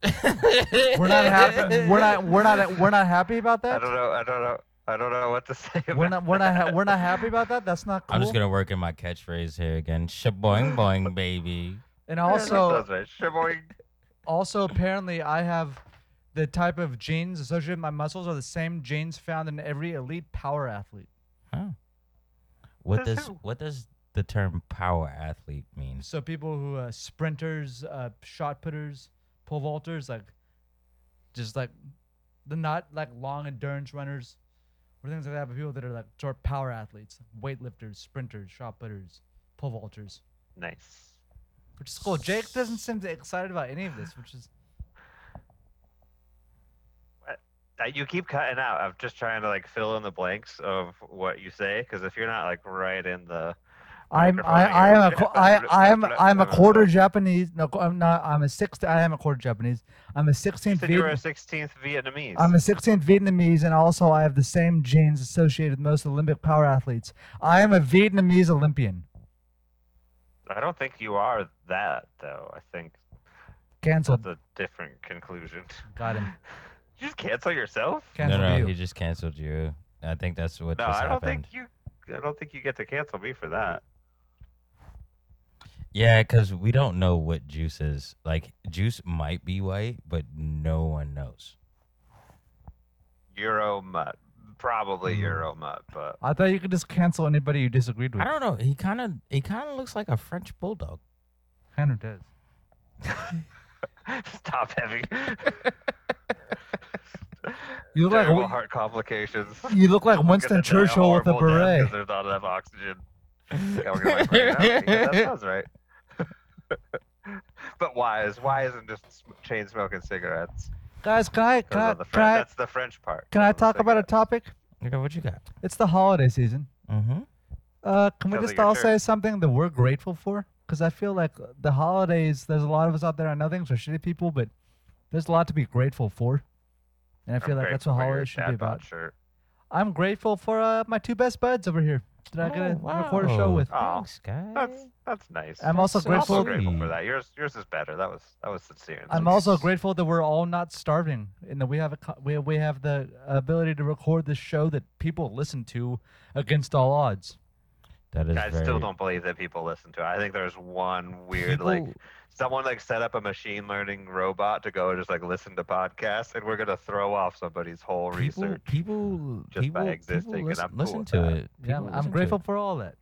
Speaker 1: We're not happy. We're not. We're not. We're not happy about
Speaker 3: I
Speaker 1: that.
Speaker 3: don't know. I don't know. I don't know what to say.
Speaker 1: We're not. We're not. Ha-
Speaker 3: about
Speaker 1: we're not happy about that. That's not cool.
Speaker 2: I'm just gonna work in my catchphrase here again. Shaboing boing, baby.
Speaker 1: And
Speaker 3: that.
Speaker 1: also,
Speaker 3: That's right. Shaboing.
Speaker 1: also apparently, I have the type of genes associated with my muscles are the same genes found in every elite power athlete.
Speaker 2: What
Speaker 3: That's
Speaker 2: does
Speaker 3: who.
Speaker 2: what does the term power athlete mean?
Speaker 1: So people who uh, sprinters, uh, shot putters, pole vaulters, like just like the not like long endurance runners or things like that, but people that are like sort of power athletes, weightlifters, sprinters, shot putters, pole vaulters,
Speaker 3: Nice.
Speaker 1: which is cool. Jake doesn't seem to excited about any of this, which is
Speaker 3: Uh, You keep cutting out. I'm just trying to like fill in the blanks of what you say because if you're not like right in the.
Speaker 1: I'm I,
Speaker 3: microphone
Speaker 1: I
Speaker 3: here,
Speaker 1: am a qu- I I am I'm a
Speaker 3: blah, blah,
Speaker 1: quarter
Speaker 3: blah.
Speaker 1: Japanese. No, qu- I'm not. I'm a sixth. I am a quarter Japanese. I'm a
Speaker 3: You
Speaker 1: sixteenth.
Speaker 3: said you were a
Speaker 1: Viet-
Speaker 3: 16th Vietnamese.
Speaker 1: I'm a 16th Vietnamese, and also I have the same genes associated with most Olympic power athletes. I am a Vietnamese Olympian.
Speaker 3: I don't think you are that though. I think
Speaker 1: Cancelled.
Speaker 3: that's a different conclusion.
Speaker 1: Got him.
Speaker 3: You just cancel yourself?
Speaker 2: no,
Speaker 1: Cancelled
Speaker 2: no,
Speaker 1: you.
Speaker 2: he just canceled you. I think that's what
Speaker 3: No,
Speaker 2: just
Speaker 3: I don't
Speaker 2: happened.
Speaker 3: think you. I don't think you get to cancel me for that.
Speaker 2: Yeah, because we don't know what Juice is. Like Juice might be white, but no one knows.
Speaker 3: Euro mutt, probably
Speaker 1: Mm.
Speaker 3: Euro mutt, but
Speaker 1: I thought you could just cancel anybody you disagreed with.
Speaker 2: I don't know. He kind of he kind of looks like a French bulldog.
Speaker 1: Kind of does.
Speaker 3: stop having.
Speaker 1: You look like
Speaker 3: Terrible
Speaker 1: Wi-
Speaker 3: heart complications.
Speaker 1: You look like
Speaker 3: Gonna die
Speaker 1: Winston Churchill with a
Speaker 3: horrible death
Speaker 1: beret.
Speaker 3: 'cause There's not enough oxygen. Yeah, we're gonna, like, bring it up. Yeah, that sounds right. but why is why isn't just sm- chain smoking cigarettes?
Speaker 1: Guys, can I
Speaker 3: 'Cause
Speaker 1: can I,
Speaker 3: of the French,
Speaker 1: can I,
Speaker 3: that's the French part.
Speaker 1: can I talk about a topic?
Speaker 2: Okay, what you got?
Speaker 1: It's the holiday season.
Speaker 2: Mm-hmm.
Speaker 1: Uh, can we
Speaker 3: Sounds
Speaker 1: just
Speaker 3: like your
Speaker 1: all
Speaker 3: shirt.
Speaker 1: say something that we're grateful for? Because I feel like the holidays, there's a lot of us out there. I know things are shitty people, but there's a lot to be grateful for. And I feel like that's what holidays should be about.
Speaker 3: Sure.
Speaker 1: I'm grateful for uh, my two best buds over here that I
Speaker 2: Oh,
Speaker 1: got to record a show with.
Speaker 3: Aw.
Speaker 2: Thanks, guys.
Speaker 3: That's that's nice.
Speaker 1: I'm also
Speaker 2: so
Speaker 1: grateful.
Speaker 3: also
Speaker 2: Absolutely.
Speaker 3: grateful for that. Yours yours is better. That was that was sincere.
Speaker 1: I'm also grateful that we're all not starving and that we have a co- we, we have the ability to record this show that people listen to against all odds.
Speaker 2: That is
Speaker 3: I
Speaker 2: very.
Speaker 3: still don't believe that people listen to it. I think there's one weird like
Speaker 2: People-
Speaker 3: someone like set up a machine learning robot to go and just like listen to podcasts and we're gonna throw off somebody's whole
Speaker 2: people,
Speaker 3: research.
Speaker 2: people,
Speaker 3: just by
Speaker 2: people,
Speaker 3: existing,
Speaker 2: people
Speaker 3: and
Speaker 2: listen,
Speaker 3: I'm cool
Speaker 2: listen
Speaker 3: with
Speaker 2: to
Speaker 3: that.
Speaker 2: it.
Speaker 1: Yeah,
Speaker 2: People
Speaker 1: I'm
Speaker 2: listen to
Speaker 1: grateful
Speaker 2: it.
Speaker 1: for all that.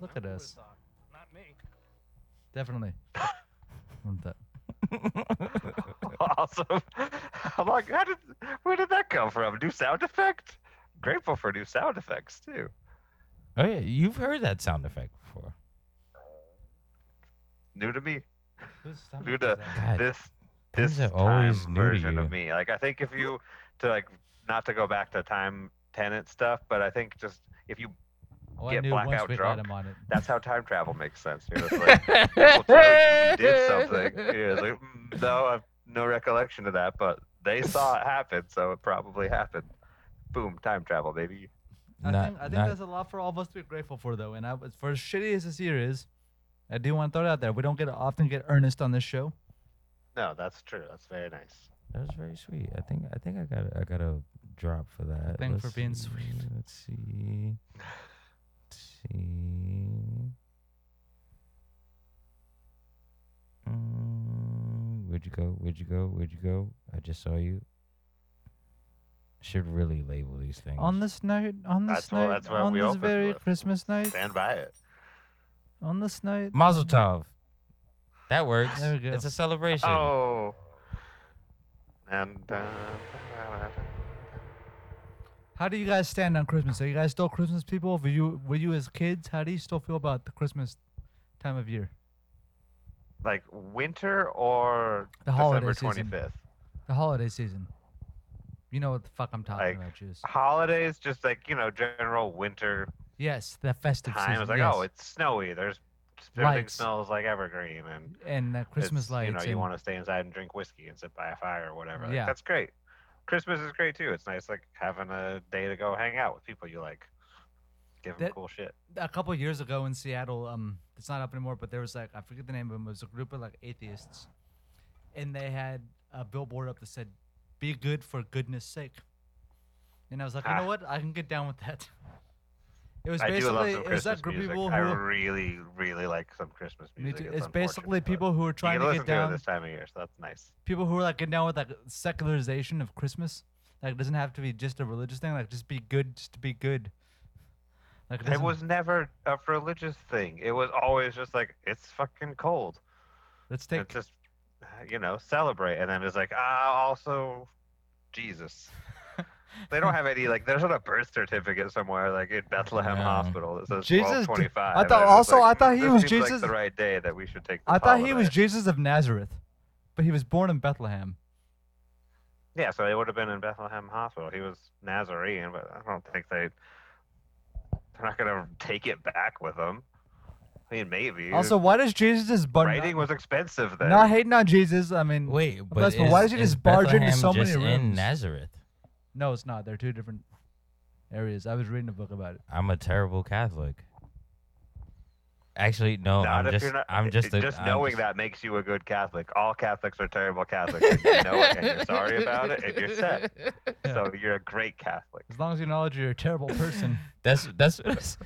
Speaker 5: Look at us. Look at us.
Speaker 1: Look
Speaker 5: I'm
Speaker 1: at
Speaker 5: cool as fuck.
Speaker 1: us.
Speaker 5: Not me.
Speaker 1: Definitely. Want that.
Speaker 3: awesome. I'm like, how did where did that come from? New sound effect? Grateful for new sound effects too.
Speaker 2: Oh yeah, you've heard that sound effect before.
Speaker 3: New to me.
Speaker 1: Whose stomach
Speaker 3: New
Speaker 1: is
Speaker 3: to
Speaker 1: that?
Speaker 2: God,
Speaker 3: this
Speaker 2: things
Speaker 3: this
Speaker 2: are always
Speaker 3: time
Speaker 2: new to
Speaker 3: version
Speaker 2: you.
Speaker 3: of me. Like I think if you to like not to go back to time tenant stuff, but I think just if you
Speaker 1: Oh, I
Speaker 3: Get
Speaker 1: knew one
Speaker 3: blackout
Speaker 1: quick
Speaker 3: drunk.
Speaker 1: item on it.
Speaker 3: that's how time travel makes sense. You're just like people totally did something. Yeah, it's like, "Mm, no, I've no recollection of that, but they saw it happen, so it probably happened. Boom, time travel, baby.
Speaker 1: I
Speaker 2: Not-
Speaker 1: think I think
Speaker 2: not-
Speaker 1: there's a lot for all of us to be grateful for though, and I, as for as shitty as this year is, I do want to throw it out there. We don't get often get earnest on this show.
Speaker 3: No, that's true. That's very nice.
Speaker 2: That was very sweet. I think I think I got I got a drop for that.
Speaker 1: Thank for being
Speaker 2: see,
Speaker 1: sweet.
Speaker 2: Let's see. Let's see. Mm, where'd you go? Where'd you go? Where'd you go? I just saw you. Should really label these things.
Speaker 1: On this night, on this
Speaker 3: That's
Speaker 1: night,
Speaker 3: what- that's what
Speaker 1: on
Speaker 3: we
Speaker 1: this
Speaker 3: opened
Speaker 1: very
Speaker 3: with.
Speaker 1: Christmas night,
Speaker 3: Stand by it.
Speaker 1: on this night.
Speaker 2: Mazel Tov. That works.
Speaker 1: There we go.
Speaker 2: It's a celebration.
Speaker 3: Oh. And uh,
Speaker 1: How do you guys stand on Christmas? Are you guys still Christmas people? Were you were you as kids? How do you still feel about the Christmas time of year?
Speaker 3: like winter or
Speaker 1: The holiday
Speaker 3: December
Speaker 1: season.
Speaker 3: 25th.
Speaker 1: The holiday season. You know what the fuck I'm talking
Speaker 3: Like-
Speaker 1: about, Juice.
Speaker 3: Holidays, just like you know, general winter
Speaker 1: Yes, the festive
Speaker 3: time.
Speaker 1: season.
Speaker 3: It's like
Speaker 1: yes.
Speaker 3: oh, it's snowy. There's everything
Speaker 1: Lights.
Speaker 3: smells like evergreen and
Speaker 1: and the Christmas
Speaker 3: it's,
Speaker 1: lights.
Speaker 3: You know, you
Speaker 1: and-
Speaker 3: want to stay inside and drink whiskey and sit by a fire or whatever. Like,
Speaker 1: Yeah.
Speaker 3: that's great. Christmas is great too. It's nice like having a day to go hang out with people you like. Give 'em
Speaker 1: That-
Speaker 3: cool shit.
Speaker 1: a couple of years ago in Seattle, um, it's not up anymore, but there was like I forget the name of them. It was a group of like atheists, and they had a billboard up that said, "Be good for goodness' sake," and I was like, you know
Speaker 3: Ah.
Speaker 1: what? I can get down with that. It was
Speaker 3: I do love
Speaker 1: basically
Speaker 3: some
Speaker 1: it was
Speaker 3: Christmas
Speaker 1: that group of
Speaker 3: music.
Speaker 1: people
Speaker 3: I
Speaker 1: who were-
Speaker 3: really, really like some Christmas
Speaker 1: me
Speaker 3: music.
Speaker 1: too.
Speaker 3: It's
Speaker 1: it's basically
Speaker 3: unfortunate, but
Speaker 1: people who are
Speaker 3: you
Speaker 1: trying
Speaker 3: can
Speaker 1: to
Speaker 3: listen
Speaker 1: get
Speaker 3: to it
Speaker 1: down,
Speaker 3: this time of year, so that's nice.
Speaker 1: people who are like getting down with like secularization of Christmas. Like it doesn't have to be just a religious thing. Like just be good, just to be good. Like
Speaker 3: It
Speaker 1: doesn't-
Speaker 3: was never a religious thing. It was always just like it's fucking cold.
Speaker 1: Let's
Speaker 3: It's
Speaker 1: take
Speaker 3: just uh, you know celebrate, and then it's like ah, also Jesus. they don't have any like. There's not a birth certificate somewhere like in Bethlehem
Speaker 2: No.
Speaker 3: Hospital that says
Speaker 1: Jesus
Speaker 3: Jesus
Speaker 1: did-
Speaker 3: 25.
Speaker 1: I thought- also, I thought he was Jesus-
Speaker 3: the right day that we should take.
Speaker 1: I
Speaker 3: this
Speaker 1: thought he was
Speaker 3: holiday."
Speaker 1: Jesus of Nazareth, but he was born in Bethlehem.
Speaker 3: Yeah, so they would have been in Bethlehem Hospital. He was Nazarene, but I don't think they. They're not gonna take it back with them. I mean, maybe.
Speaker 1: Also, why does Jesus just bar-
Speaker 3: writing was expensive then.
Speaker 1: not hating on Jesus? I mean,
Speaker 2: Wait, but,
Speaker 1: blessed, but why
Speaker 2: is-
Speaker 1: does it
Speaker 2: is
Speaker 1: just barge into
Speaker 2: Bethlehem
Speaker 1: so many
Speaker 2: just in
Speaker 1: rooms?
Speaker 2: Nazareth?
Speaker 1: no, it's not. They're two different areas. I was reading a book about it.
Speaker 2: I'm a terrible Catholic. Actually,
Speaker 1: Oh,
Speaker 2: no.
Speaker 3: Not
Speaker 2: I'm
Speaker 3: if
Speaker 2: just.
Speaker 3: you're not-
Speaker 2: I'm just. A,
Speaker 3: just
Speaker 2: I'm
Speaker 3: knowing
Speaker 2: just-
Speaker 3: that makes you a good Catholic. All Catholics are terrible Catholics. and you know it, and you're sorry about it, and you're set. So you're a great Catholic.
Speaker 1: As long as you acknowledge you're a terrible person,
Speaker 2: That's that's what I was-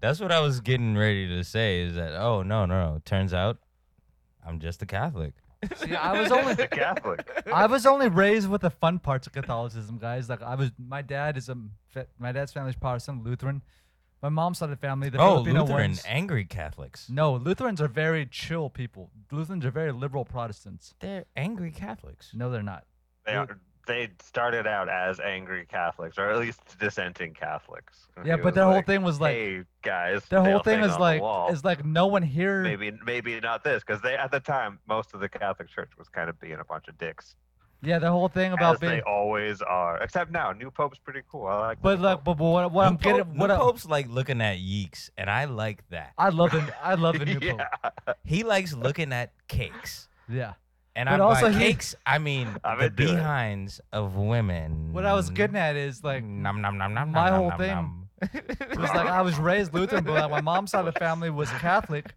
Speaker 2: that's what I was getting ready to say. Is that oh no no no? Turns out, I'm just a Catholic.
Speaker 1: see, I was only
Speaker 3: The Catholic.
Speaker 1: I was only raised with the fun parts of Catholicism, guys. Like I was, my dad is a fa- my dad's family's Protestant, Lutheran. My mom's side of the family, the
Speaker 2: oh,
Speaker 1: Filipino
Speaker 2: Lutheran
Speaker 1: ones.
Speaker 2: angry Catholics.
Speaker 1: No, Lutherans are very chill people. Lutherans are very liberal Protestants.
Speaker 2: They're angry Catholics.
Speaker 1: No, they're not.
Speaker 3: They, are, they started out as angry Catholics, or at least dissenting Catholics.
Speaker 1: Yeah,
Speaker 3: It
Speaker 1: but
Speaker 3: was
Speaker 1: their whole thing was like
Speaker 3: hey guys,
Speaker 1: their
Speaker 3: nail
Speaker 1: whole thing is
Speaker 3: on the
Speaker 1: like
Speaker 3: wall.
Speaker 1: is like no one here.
Speaker 3: maybe maybe not this because they at the time most of the Catholic Church was kind of being a bunch of dicks,
Speaker 1: Yeah, the whole thing about
Speaker 3: as
Speaker 1: being.
Speaker 3: they always are. Except now, new pope's pretty cool. I like. the
Speaker 1: But
Speaker 3: new
Speaker 1: like,
Speaker 3: pope.
Speaker 1: but, but what, what I'm
Speaker 2: new Pope-
Speaker 1: getting, what
Speaker 2: new
Speaker 1: I,
Speaker 2: Pope's like looking at yeeks, and I like that.
Speaker 1: I love the I love the new
Speaker 3: yeah.
Speaker 1: pope.
Speaker 2: He likes looking at cakes,
Speaker 1: Yeah.
Speaker 2: and
Speaker 1: But
Speaker 2: I
Speaker 1: also
Speaker 2: by
Speaker 1: he-
Speaker 2: cakes. I mean
Speaker 3: I'm
Speaker 2: the
Speaker 3: into it.
Speaker 2: behinds of women.
Speaker 1: What I was getting at is like,
Speaker 2: nom nom nom nom.
Speaker 1: my
Speaker 2: nom,
Speaker 1: whole
Speaker 2: nom,
Speaker 1: thing
Speaker 2: nom.
Speaker 1: it was like I was raised Lutheran, but like my mom's side of the family was Catholic,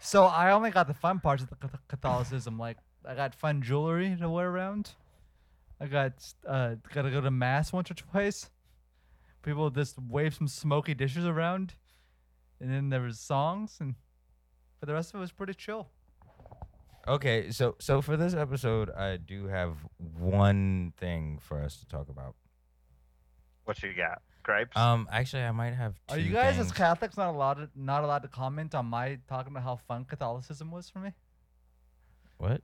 Speaker 1: so I only got the fun parts of the Cath- Catholicism. Like I got fun jewelry to wear around. I got uh gotta go to mass once or twice. People just wave some smoky dishes around, and then there was songs, and but the rest of it was pretty chill.
Speaker 2: Okay, so so for this episode, I do have one thing for us to talk about.
Speaker 3: What you got? Gripes?
Speaker 2: Um, actually, I might have. Two
Speaker 1: Are you guys as
Speaker 2: things.
Speaker 1: Catholics not allowed to, not allowed to comment on my talking about how fun Catholicism was for me?
Speaker 2: What?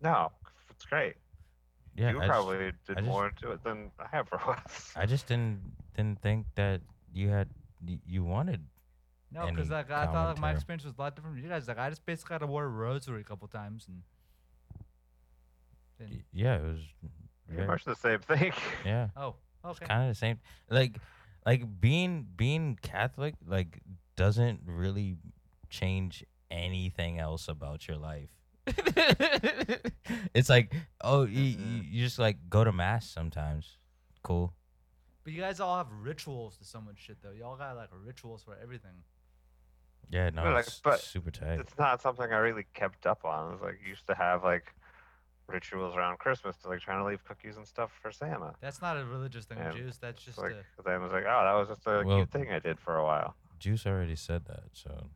Speaker 3: no, it's great.
Speaker 2: Yeah,
Speaker 3: you
Speaker 2: I
Speaker 3: probably
Speaker 2: Just,
Speaker 3: did
Speaker 2: I just-
Speaker 3: more into it than I ever was.
Speaker 2: I just didn't didn't think that you had y- you wanted.
Speaker 1: No, because
Speaker 2: Any
Speaker 1: like I thought like my
Speaker 2: commentary.
Speaker 1: experience was a lot different from you guys. Like I just basically had to wear a rosary a couple times and.
Speaker 2: y-
Speaker 1: Then,
Speaker 2: Yeah, it was.
Speaker 3: Pretty
Speaker 2: very-
Speaker 3: much the same thing.
Speaker 2: yeah.
Speaker 1: oh,
Speaker 2: It's
Speaker 1: okay.
Speaker 2: kind of the same. Like, like being being Catholic like doesn't really change anything else about your life. it's like oh, you, you you just like go to mass sometimes. Cool.
Speaker 1: But you guys all have rituals to so much shit though. Y'all got like rituals for everything.
Speaker 2: Yeah, no,
Speaker 3: But, like,
Speaker 2: it's
Speaker 3: but
Speaker 2: super tight.
Speaker 3: it's not something I really kept up on. It's like used to have like rituals around Christmas to like trying to leave cookies and stuff for Santa.
Speaker 1: That's not a religious thing,
Speaker 3: Yeah,
Speaker 1: Jews. That's just
Speaker 3: like
Speaker 1: a.
Speaker 3: then it was like, oh, that was just a
Speaker 2: Well-
Speaker 3: cute thing I did for a while.
Speaker 2: Juice already said that, so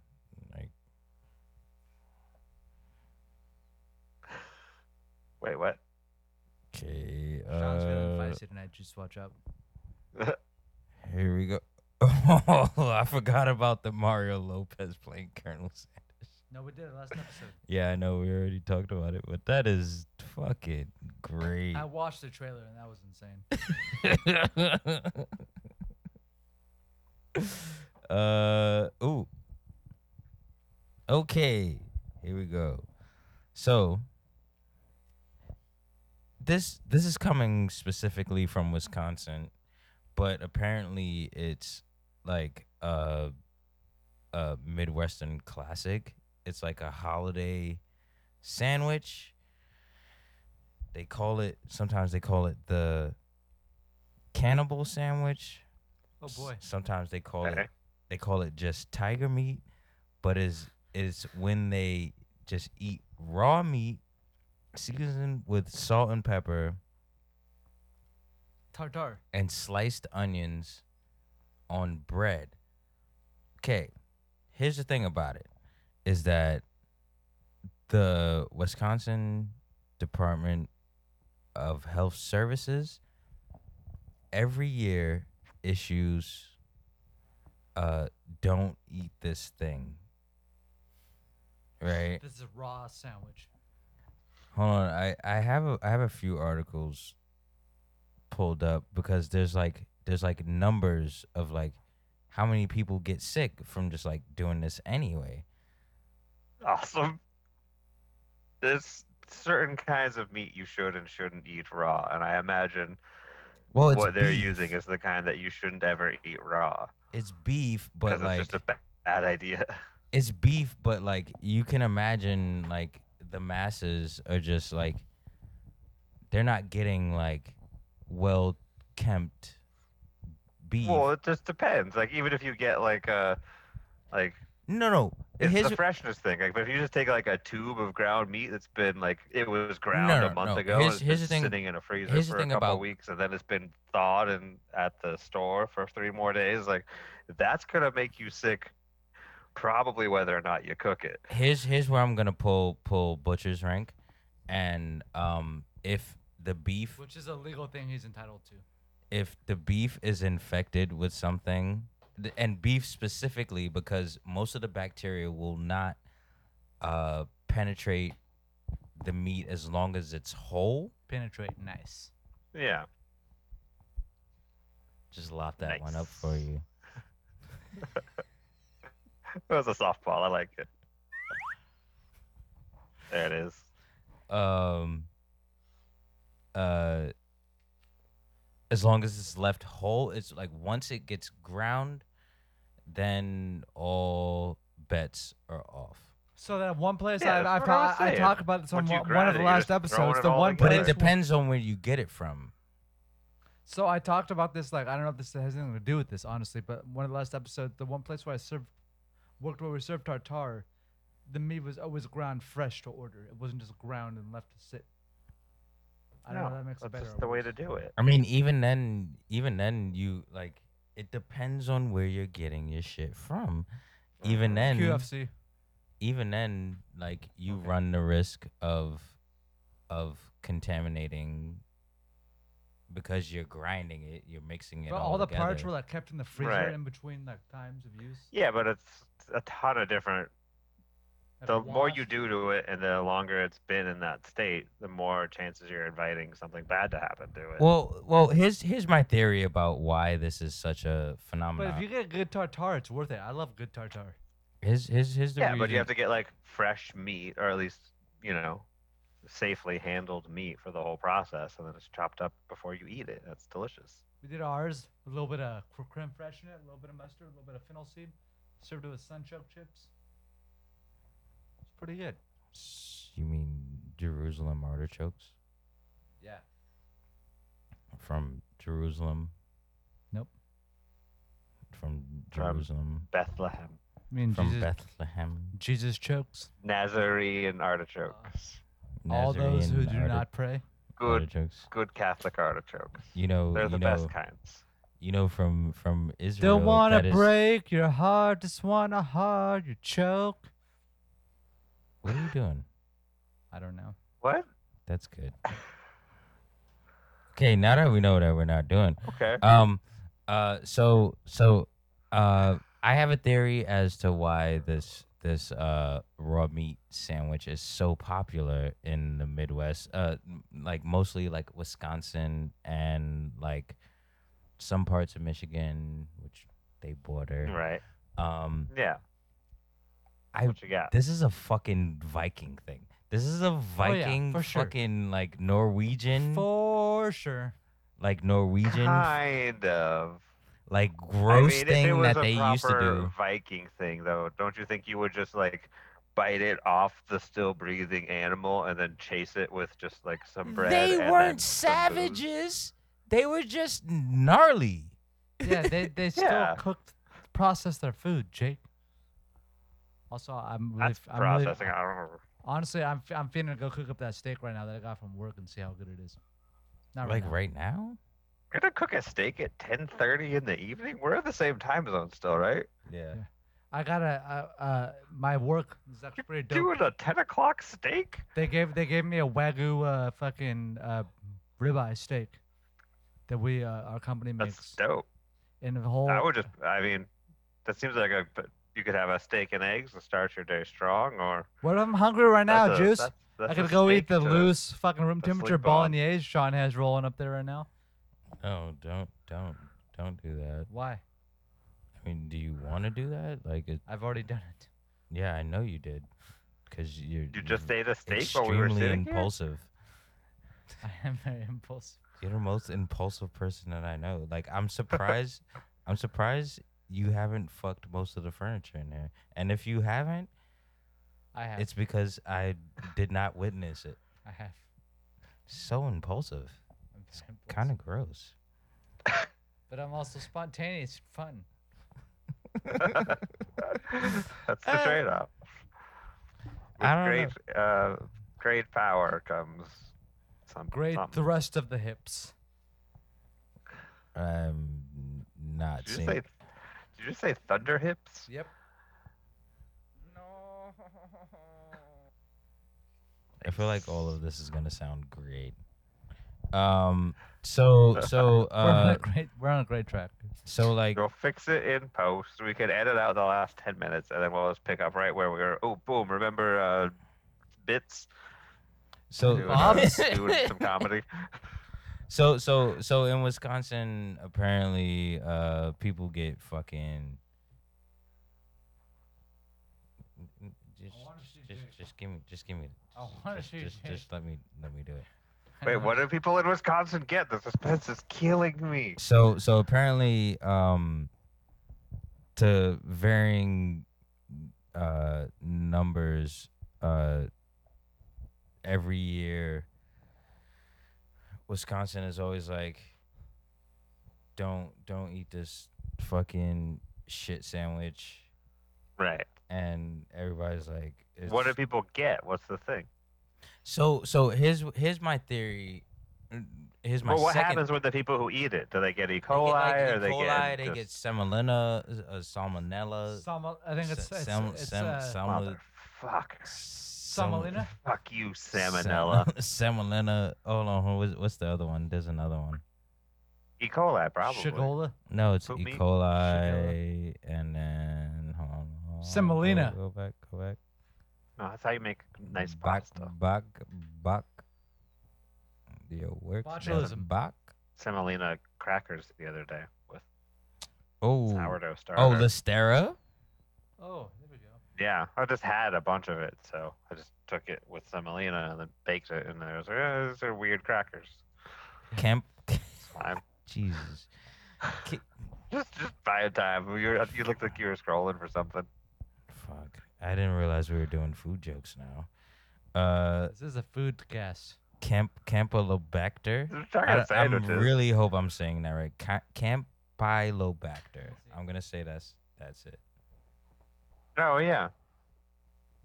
Speaker 2: like
Speaker 3: Wait, what?
Speaker 2: okay.
Speaker 1: Sean's feeling
Speaker 2: Uh,
Speaker 1: feisty tonight. Just watch out.
Speaker 2: here we go. Oh, I forgot about the Mario Lopez playing Colonel Sanders.
Speaker 1: No, we did it last episode.
Speaker 2: Yeah, I know we already talked about it, but that is fucking great.
Speaker 1: I watched the trailer and that was insane.
Speaker 2: uh ooh. Okay, here we go. So this this is coming specifically from Wisconsin, but apparently it's like a a Midwestern classic. It's like a holiday sandwich. They call it sometimes they call it the cannibal sandwich.
Speaker 1: Oh
Speaker 2: S-
Speaker 1: boy.
Speaker 2: Sometimes they call
Speaker 3: Okay.
Speaker 2: it they call it just tiger meat, but is is when they just eat raw meat seasoned with salt and pepper
Speaker 1: Tartar.
Speaker 2: and sliced onions on bread. Okay, here's the thing about it is that the Wisconsin Department of Health Services every year issues uh don't eat this thing. Right?
Speaker 1: This is a raw sandwich.
Speaker 2: Hold on, I I have a I have a few articles pulled up because there's like there's like numbers of like how many people get sick from just like doing this anyway.
Speaker 3: Awesome. There's certain kinds of meat you should and shouldn't eat raw, and I imagine
Speaker 2: Well, it's
Speaker 3: what they're
Speaker 2: beef.
Speaker 3: using is the kind that you shouldn't ever eat raw
Speaker 2: it's beef, but
Speaker 3: because
Speaker 2: like
Speaker 3: it's just a ba- bad idea.
Speaker 2: it's beef, but like you can imagine like the masses are just like they're not getting like well kempt beef.
Speaker 3: Well, it just depends. Like even if you get like a like
Speaker 2: no, no.
Speaker 3: It's
Speaker 2: Here's
Speaker 3: the freshness thing. Like, but if you just take like a tube of ground meat that's been like it was ground
Speaker 2: no,
Speaker 3: a month
Speaker 2: no.
Speaker 3: ago,
Speaker 2: Here's-
Speaker 3: and it's
Speaker 2: here's
Speaker 3: been
Speaker 2: the thing-
Speaker 3: sitting in a freezer
Speaker 2: here's the
Speaker 3: for a
Speaker 2: thing
Speaker 3: couple
Speaker 2: about-
Speaker 3: of weeks, and then it's been thawed and at the store for three more days, like that's gonna make you sick, probably whether or not you cook it.
Speaker 2: here's here's where I'm gonna pull pull butcher's rank, and um if the beef
Speaker 1: Which is a legal thing he's entitled to.
Speaker 2: if the beef is infected with something, th- and beef specifically because most of the bacteria will not uh penetrate the meat as long as it's whole.
Speaker 1: Penetrate. Nice.
Speaker 3: Yeah,
Speaker 2: Just lop that one up for
Speaker 3: Nice.
Speaker 2: you.
Speaker 3: it was a softball. I like it. There it is.
Speaker 2: um uh as long as it's left whole it's like once it gets ground then all bets are off
Speaker 1: So that one place
Speaker 3: Yeah,
Speaker 1: I, I,
Speaker 3: that's what I
Speaker 1: pro-
Speaker 3: was
Speaker 1: I
Speaker 3: saying.
Speaker 1: talk about this on
Speaker 3: Once you
Speaker 1: one, one
Speaker 3: grind
Speaker 1: of
Speaker 3: it,
Speaker 1: the
Speaker 3: you're
Speaker 1: last
Speaker 3: just throwing
Speaker 1: episodes.
Speaker 3: it
Speaker 1: The
Speaker 3: all
Speaker 1: one
Speaker 2: but
Speaker 1: place.
Speaker 3: together.
Speaker 2: it depends on where you get it from
Speaker 1: So I talked about this like I don't know if this has anything to do with this honestly, but one of the last episodes, the one place where I served, worked where we served tartar, the meat was always ground fresh to order. It wasn't just ground and left to sit. I don't know
Speaker 3: No,
Speaker 1: if that makes it
Speaker 3: that's
Speaker 1: better.
Speaker 3: just
Speaker 1: or
Speaker 3: the way
Speaker 1: worse.
Speaker 3: to do it.
Speaker 2: i mean even then even then you like it depends on where you're getting your shit from even then
Speaker 1: QFC.
Speaker 2: even then like you run the risk of of contaminating because you're grinding it you're mixing it
Speaker 1: But all the parts
Speaker 2: together.
Speaker 1: were like kept in the freezer
Speaker 3: Right.
Speaker 1: in between like times of use.
Speaker 3: Yeah, but it's a ton of different
Speaker 1: Like,
Speaker 3: the more you
Speaker 1: washed.
Speaker 3: do to it and the longer it's been in that state, the more chances you're inviting something bad to happen to it.
Speaker 2: well well here's here's my theory about why this is such a
Speaker 1: But if
Speaker 2: phenomenon
Speaker 1: you get good tartar, it's worth it. I love good tartar.
Speaker 2: here's, here's, here's the
Speaker 3: yeah, but you have
Speaker 2: reason-
Speaker 3: to get like fresh meat or at least, you know, safely handled meat for the whole process and then it's chopped up before you eat it. That's delicious.
Speaker 1: We did ours with a little bit of cr- creme fraiche in it, a little bit of mustard, a little bit of fennel seed, served it with sunchoke chips. It's pretty good.
Speaker 2: S- you mean jerusalem artichokes
Speaker 1: Yeah.
Speaker 2: from jerusalem
Speaker 1: Nope.
Speaker 2: from
Speaker 3: From-
Speaker 2: jerusalem
Speaker 3: Bethlehem.
Speaker 1: I mean,
Speaker 2: from
Speaker 1: Jesus,
Speaker 2: Bethlehem.
Speaker 1: Jesus chokes
Speaker 3: Nazarene artichokes.
Speaker 1: all those who
Speaker 2: Nazarene
Speaker 1: do
Speaker 2: arti-
Speaker 1: not pray.
Speaker 3: Good,
Speaker 2: artichokes.
Speaker 3: good Catholic artichokes.
Speaker 2: You know,
Speaker 3: They're
Speaker 2: you
Speaker 3: the
Speaker 2: know,
Speaker 3: best kinds.
Speaker 2: you know from from Israel.
Speaker 1: Don't wanna
Speaker 2: that is-
Speaker 1: break your heart, just wanna hard you choke.
Speaker 2: What are you doing?
Speaker 1: I don't know.
Speaker 3: What?
Speaker 2: That's good. Okay, now that we know that we're not doing,
Speaker 3: Okay.
Speaker 2: um, uh, so so, uh, I have a theory as to why this this uh raw meat sandwich is so popular in the Midwest, uh, m- like mostly like Wisconsin and like some parts of Michigan, which they border.
Speaker 3: Right.
Speaker 2: Um,
Speaker 3: Yeah.
Speaker 2: I
Speaker 3: What you got?
Speaker 2: This is a fucking Viking thing. This is a
Speaker 3: Oh,
Speaker 2: Viking
Speaker 1: for sure.
Speaker 2: fucking like Norwegian,
Speaker 1: For sure.
Speaker 2: like Norwegian,
Speaker 3: Kind of.
Speaker 2: like gross
Speaker 3: I mean, if it
Speaker 2: thing
Speaker 3: was
Speaker 2: that
Speaker 3: a
Speaker 2: they
Speaker 3: proper
Speaker 2: used to do.
Speaker 3: Viking thing, though, don't you think you would just like bite it off the still breathing animal and then chase it with just like some bread?
Speaker 2: They
Speaker 3: and then
Speaker 2: weren't
Speaker 3: some booze?
Speaker 2: savages. They were just gnarly.
Speaker 1: Yeah, they, they still
Speaker 3: Yeah.
Speaker 1: cooked, processed their food, Jake. Also, I'm really,
Speaker 3: That's
Speaker 1: f- I'm really-
Speaker 3: processing. I don't know.
Speaker 1: honestly, I'm, f- I'm feeling to go cook up that steak right now that I got from work and see how good it is. Not right
Speaker 2: Like
Speaker 1: now.
Speaker 2: right now?
Speaker 3: You're gonna cook a steak at 10:30 in the evening. We're in the same time zone still, right?
Speaker 2: Yeah.
Speaker 1: I got a, uh, uh, my work is actually pretty dope.
Speaker 3: Doing a 10 o'clock steak?
Speaker 1: They gave they gave me a wagyu uh, fucking uh, ribeye steak that we uh, our company
Speaker 3: That's
Speaker 1: makes
Speaker 3: dope.
Speaker 1: in the whole.
Speaker 3: I would just. I mean, that seems like a. but You could have a steak and eggs and start your day strong, or
Speaker 1: What I'm hungry right now,
Speaker 3: that's a-
Speaker 1: Juice.
Speaker 3: that's- that's
Speaker 1: I
Speaker 3: a
Speaker 1: could go eat
Speaker 3: steak
Speaker 1: the
Speaker 3: to-
Speaker 1: loose fucking room
Speaker 3: to sleep
Speaker 1: temperature
Speaker 3: on.
Speaker 1: bolognese Sean has rolling up there right now.
Speaker 2: No, Oh, don't, don't, don't do that.
Speaker 1: Why?
Speaker 2: I mean, do you want to do that? Like, it,
Speaker 1: I've already done it.
Speaker 2: yeah, I know you did, because you're
Speaker 3: You just
Speaker 2: you're
Speaker 3: ate a steak while
Speaker 2: extremely
Speaker 3: we were sitting here.
Speaker 2: impulsive.
Speaker 1: I am very impulsive.
Speaker 2: You're the most impulsive person that I know. Like I'm surprised I'm surprised you haven't fucked most of the furniture in there. And if you haven't,
Speaker 1: I have.
Speaker 2: it's because I did not witness it.
Speaker 1: I have.
Speaker 2: So
Speaker 1: I'm
Speaker 2: impulsive.
Speaker 1: very impulsive.
Speaker 2: Kind of gross.
Speaker 1: But I'm also spontaneous, fun.
Speaker 3: That's the trade-off. With
Speaker 2: I don't
Speaker 3: great, Uh, great power comes some
Speaker 1: Great
Speaker 3: something.
Speaker 1: thrust of the hips.
Speaker 2: I'm not
Speaker 3: Did you say?
Speaker 2: saying
Speaker 3: Did you just say thunder hips?
Speaker 1: Yep.
Speaker 2: I feel like all of this is gonna sound great. Um so so
Speaker 1: we're, on
Speaker 2: uh
Speaker 1: a great, we're on a great track.
Speaker 2: so like
Speaker 3: We'll fix it in post. We can edit out the last ten minutes, and then we'll just pick up right where we were. Oh, boom! Remember uh, bits?
Speaker 2: so
Speaker 3: Doing, uh, doing some comedy.
Speaker 2: So so so in Wisconsin, apparently, uh, people get fucking. Just,
Speaker 1: wanna see
Speaker 2: just,
Speaker 1: Jake.
Speaker 2: just, just give me, just give me.
Speaker 1: I
Speaker 2: just-
Speaker 1: wanna
Speaker 2: just,
Speaker 1: see
Speaker 2: just,
Speaker 1: Jake.
Speaker 2: just let me, let me do it.
Speaker 3: Wait, what do people in Wisconsin get? The suspense is killing me.
Speaker 2: So so apparently, um, to varying, uh, numbers, uh, every year, Wisconsin is always like, don't don't eat this fucking shit sandwich,
Speaker 3: Right.
Speaker 2: and everybody's like, it's,
Speaker 3: What do people get? What's the thing?
Speaker 2: so so here's here's my theory, here's my
Speaker 3: Well, what
Speaker 2: second.
Speaker 3: happens with the people who eat it? Do they get E.
Speaker 2: they get,
Speaker 3: coli
Speaker 2: like, E.
Speaker 3: or they
Speaker 2: coli,
Speaker 3: get?
Speaker 2: they
Speaker 3: just-
Speaker 2: get salmonella, uh, salmonella,
Speaker 1: Salmo- I think it's,
Speaker 2: Sa-
Speaker 1: it's,
Speaker 2: salm-
Speaker 1: it's
Speaker 2: salm-
Speaker 1: uh,
Speaker 2: salmo-
Speaker 3: Motherfucker!
Speaker 2: salmo-
Speaker 1: salmonella?
Speaker 3: Fuck you,
Speaker 2: sal-
Speaker 3: salmonella.
Speaker 2: salmonella. Hold on, hold- what's, what's the other one? There's another one.
Speaker 3: E. coli, probably.
Speaker 1: Shigola.
Speaker 2: No, it's
Speaker 3: Poop
Speaker 2: E.
Speaker 3: meat?
Speaker 2: coli, and then hold on. hold on,
Speaker 1: Semolina.
Speaker 2: Go, go back, go back.
Speaker 3: No, that's how you make nice
Speaker 2: Bach,
Speaker 3: pasta.
Speaker 2: Bach, Bach. Your work. that's
Speaker 1: Botulism.
Speaker 2: Bach.
Speaker 3: Semolina crackers the other day with
Speaker 2: Oh.
Speaker 3: sourdough starter.
Speaker 2: Oh, Listera.
Speaker 1: Oh, there we go.
Speaker 3: Yeah, I just had a bunch of it, so I just took it with semolina and then baked it, and I was like, oh, "These are weird crackers."
Speaker 2: Camp.
Speaker 3: It's fine.
Speaker 2: Jesus. Ki-
Speaker 3: just, just buy a time. You were- you looked like you were scrolling for something.
Speaker 2: Fuck. I didn't realize we were doing food jokes now. Uh,
Speaker 1: This is a food cast.
Speaker 2: Camp Campylobacter.
Speaker 3: We're talking
Speaker 2: I,
Speaker 3: about
Speaker 2: I
Speaker 3: sandwiches.
Speaker 2: really hope I'm saying that right. Ca- Campylobacter. I'm gonna say that's that's it.
Speaker 3: No, yeah.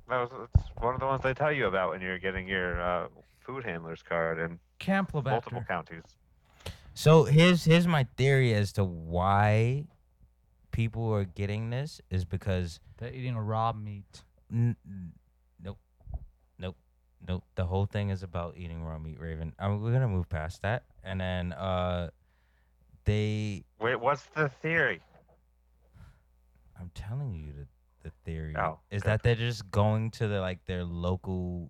Speaker 3: That was it's one of the ones they tell you about when you're getting your uh, food handler's card in multiple
Speaker 1: Campylobacter.
Speaker 3: counties.
Speaker 2: So here's here's my theory as to why people are getting this is because
Speaker 1: They're eating raw meat.
Speaker 2: n- n- nope, nope, nope. The whole thing is about eating raw meat, Raven. I mean, we're gonna move past that, and then uh, they.
Speaker 3: Wait, what's the theory?
Speaker 2: I'm telling you the the theory
Speaker 3: Oh,
Speaker 2: is
Speaker 3: okay.
Speaker 2: that they're just going to the like their local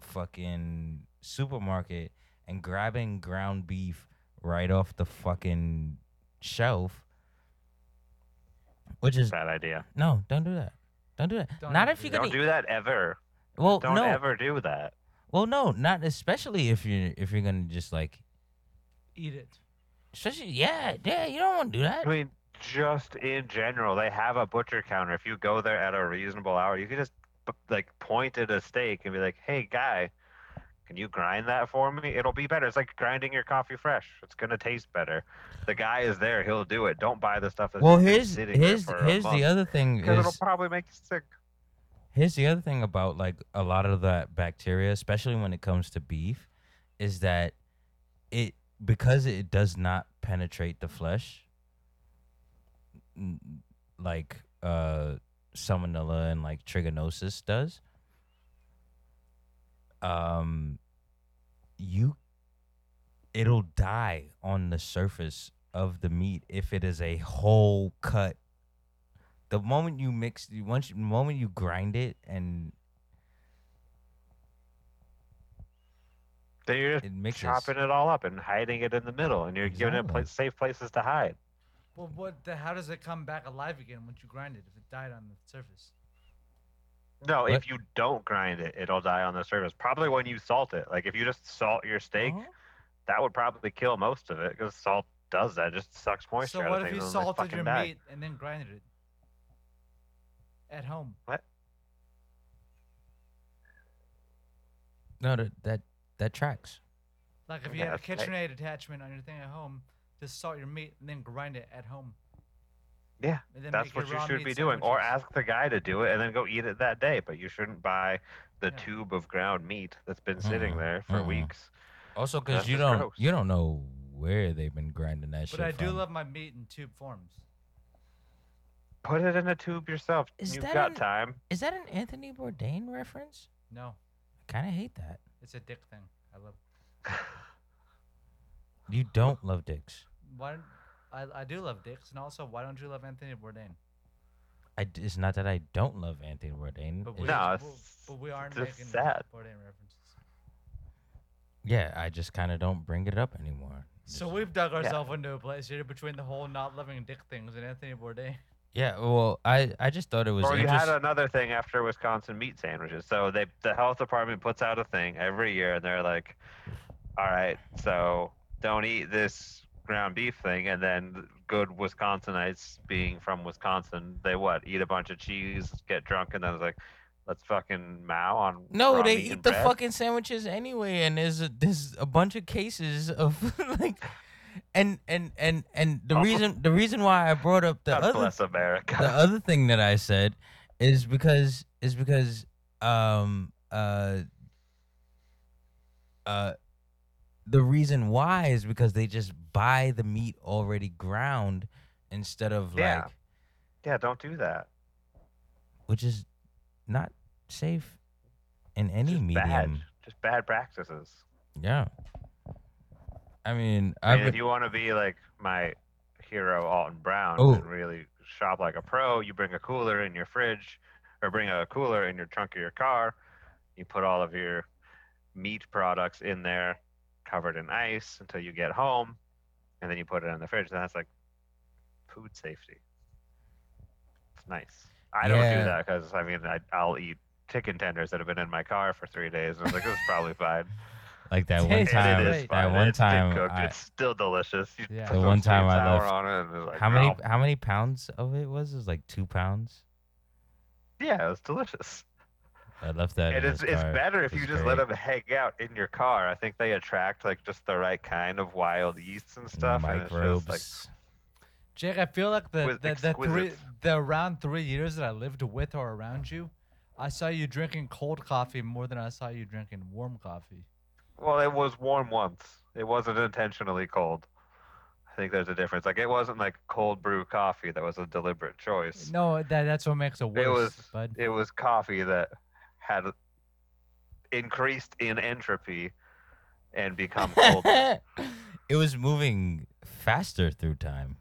Speaker 2: fucking supermarket and grabbing ground beef right off the fucking shelf. Which is
Speaker 3: Bad idea.
Speaker 2: no, don't do that. Don't do that.
Speaker 1: Don't
Speaker 2: not
Speaker 1: do
Speaker 2: if you're
Speaker 1: that.
Speaker 2: gonna e
Speaker 3: Don't do that ever.
Speaker 2: well
Speaker 3: Don't
Speaker 2: Oh, no
Speaker 3: ever do that.
Speaker 2: well no not especially if you're if you're gonna just like
Speaker 1: Eat it.
Speaker 2: especially yeah yeah you don't want to do that
Speaker 3: I mean, just in general, they have a butcher counter. If you go there at a reasonable hour, you can just p- like point at a steak and be like, "Hey, guy, can you grind that for me? It'll be better. It's like grinding your coffee fresh. It's gonna taste better." The guy is there; he'll do it. Don't buy the stuff that's
Speaker 2: well
Speaker 3: just been
Speaker 2: here's
Speaker 3: sitting there
Speaker 2: here's
Speaker 3: for a
Speaker 2: here's the
Speaker 3: month,
Speaker 2: other thing
Speaker 3: 'cause it'll
Speaker 2: is
Speaker 3: probably make you sick.
Speaker 2: Here's the other thing about like a lot of that bacteria, especially when it comes to beef, is that it because it does not penetrate the flesh, n- like uh, salmonella and like trichinosis does. Um, you, it'll die on the surface of the meat if it is a whole cut the moment you mix you once the moment you grind it and
Speaker 3: Then you're just
Speaker 2: it mixes
Speaker 3: chopping it all up and hiding it in the middle, and you're giving it
Speaker 2: Exactly.
Speaker 3: pla- safe places to hide.
Speaker 1: Well, what? The, how does it come back alive again once you grind it? If it died on the surface.
Speaker 3: No,
Speaker 2: What?
Speaker 3: if you don't grind it, it'll die on the surface. Probably when you salt it. Like if you just salt your steak,
Speaker 1: Oh.
Speaker 3: that would probably kill most of it because salt does that. It just sucks moisture
Speaker 1: so
Speaker 3: out
Speaker 1: what
Speaker 3: of
Speaker 1: if
Speaker 3: things.
Speaker 1: you
Speaker 3: and they
Speaker 1: salted
Speaker 3: fucking
Speaker 1: your
Speaker 3: die.
Speaker 1: meat and then grinded it at home?
Speaker 2: no that, that that tracks
Speaker 1: Like if you
Speaker 3: Yeah,
Speaker 1: had a
Speaker 3: that's right.
Speaker 1: KitchenAid attachment on your thing at home, just salt your meat and then grind it at home.
Speaker 3: Yeah,
Speaker 1: and then
Speaker 3: That's
Speaker 1: make your
Speaker 3: what you
Speaker 1: raw
Speaker 3: should
Speaker 1: meat
Speaker 3: be doing. Or
Speaker 1: sandwiches.
Speaker 3: ask the guy to do it and then go eat it that day. But you shouldn't buy the
Speaker 1: Yeah. Mm-hmm.
Speaker 3: tube of ground meat that's been sitting
Speaker 2: Mm-mm,
Speaker 3: there for
Speaker 2: mm-mm.
Speaker 3: weeks.
Speaker 2: also because
Speaker 3: That's
Speaker 2: you
Speaker 3: just
Speaker 2: don't
Speaker 3: gross.
Speaker 2: you don't know where they've been grinding that shit
Speaker 1: But I do
Speaker 2: from.
Speaker 1: love my meat in tube forms.
Speaker 3: Put it in a tube yourself.
Speaker 2: Is
Speaker 3: You've
Speaker 2: that
Speaker 3: got
Speaker 2: an-
Speaker 3: time.
Speaker 2: is that an anthony bourdain reference
Speaker 1: No,
Speaker 2: i kind of hate that
Speaker 1: it's a dick thing. I love.
Speaker 2: you don't love dicks
Speaker 1: Why? don't- I, I do love dicks, and also why don't you love Anthony Bourdain?
Speaker 2: I d it's not that i don't love anthony bourdain
Speaker 1: But
Speaker 2: it's-
Speaker 1: we,
Speaker 3: No,
Speaker 1: but-
Speaker 3: it's
Speaker 1: but we aren't
Speaker 3: just
Speaker 1: making
Speaker 3: sad.
Speaker 1: Bourdain references.
Speaker 2: yeah i just kind of don't bring it up anymore
Speaker 1: So
Speaker 2: Just-
Speaker 1: we've dug ourselves into a place here between the whole not loving dick things and Anthony Bourdain.
Speaker 2: yeah well i i just thought it was
Speaker 3: Or you had
Speaker 2: interest-
Speaker 3: another thing after Wisconsin meat sandwiches. So they, the health department puts out a thing every year, and they're like, "All right, so don't eat this ground beef thing." And then good Wisconsinites, being from Wisconsin, they what eat a bunch of cheese, get drunk, and then it's like, "Let's fucking mow on."
Speaker 2: No,
Speaker 3: raw
Speaker 2: they
Speaker 3: meat
Speaker 2: eat
Speaker 3: and
Speaker 2: the
Speaker 3: bread."
Speaker 2: fucking sandwiches anyway, and there's a, there's a bunch of cases of like, and and and and the
Speaker 3: Oh.
Speaker 2: reason the reason why I brought up the
Speaker 3: God
Speaker 2: other
Speaker 3: bless America.
Speaker 2: the other thing that I said is because is because um uh uh the reason why is because they just buy the meat already ground instead of
Speaker 3: Yeah.
Speaker 2: like
Speaker 3: yeah, don't do that.
Speaker 2: which is not safe in any
Speaker 3: Just
Speaker 2: medium.
Speaker 3: bad, just bad practices.
Speaker 2: Yeah. I mean, I
Speaker 3: I mean, if
Speaker 2: would,
Speaker 3: you want to be like my hero Alton Brown
Speaker 2: Oh.
Speaker 3: and really shop like a pro, you bring a cooler in your fridge or bring a cooler in your trunk of your car. You put all of your meat products in there covered in ice until you get home and then you put it in the fridge and that's like food safety. It's nice. I don't
Speaker 2: Yeah.
Speaker 3: do that cuz I mean I, I'll eat chicken tenders that have been in my car for 3 days and I'm like this is probably fine.
Speaker 2: like that one
Speaker 1: Taste
Speaker 2: time.
Speaker 3: And it
Speaker 1: Right.
Speaker 3: is
Speaker 2: That
Speaker 3: fine.
Speaker 2: one
Speaker 3: it's good
Speaker 2: time,
Speaker 3: cooked.
Speaker 2: I-
Speaker 3: it's still delicious. You
Speaker 1: Yeah.
Speaker 3: put
Speaker 2: The
Speaker 3: some
Speaker 2: one time
Speaker 3: sweet
Speaker 2: I
Speaker 3: sour
Speaker 2: left-
Speaker 3: on it, and it's like,
Speaker 2: how many
Speaker 3: "Oh,
Speaker 2: how many pounds of it was? It was like two pounds.
Speaker 3: Yeah, it's delicious.
Speaker 2: I left that.
Speaker 3: and
Speaker 2: in
Speaker 3: it's
Speaker 2: his
Speaker 3: it's
Speaker 2: car.
Speaker 3: better if
Speaker 2: It
Speaker 3: you
Speaker 2: was
Speaker 3: just let
Speaker 2: great.
Speaker 3: 'em let them hang out in your car. I think they attract like just the right kind of wild yeasts and stuff, and it's just like
Speaker 2: Microbes.
Speaker 1: Jake, I feel like the
Speaker 3: With
Speaker 1: the, the three
Speaker 3: exquisites.
Speaker 1: the around three years that I lived with or around you, I saw you drinking cold coffee more than I saw you drinking warm coffee.
Speaker 3: Well, it was warm once. It wasn't intentionally cold. I think there's a difference. Like it wasn't like cold brew coffee that was a deliberate choice.
Speaker 1: No, that that's what makes it worse,
Speaker 3: it was
Speaker 1: bud.
Speaker 3: it was coffee that had increased in entropy and become cold.
Speaker 2: it was moving faster through time.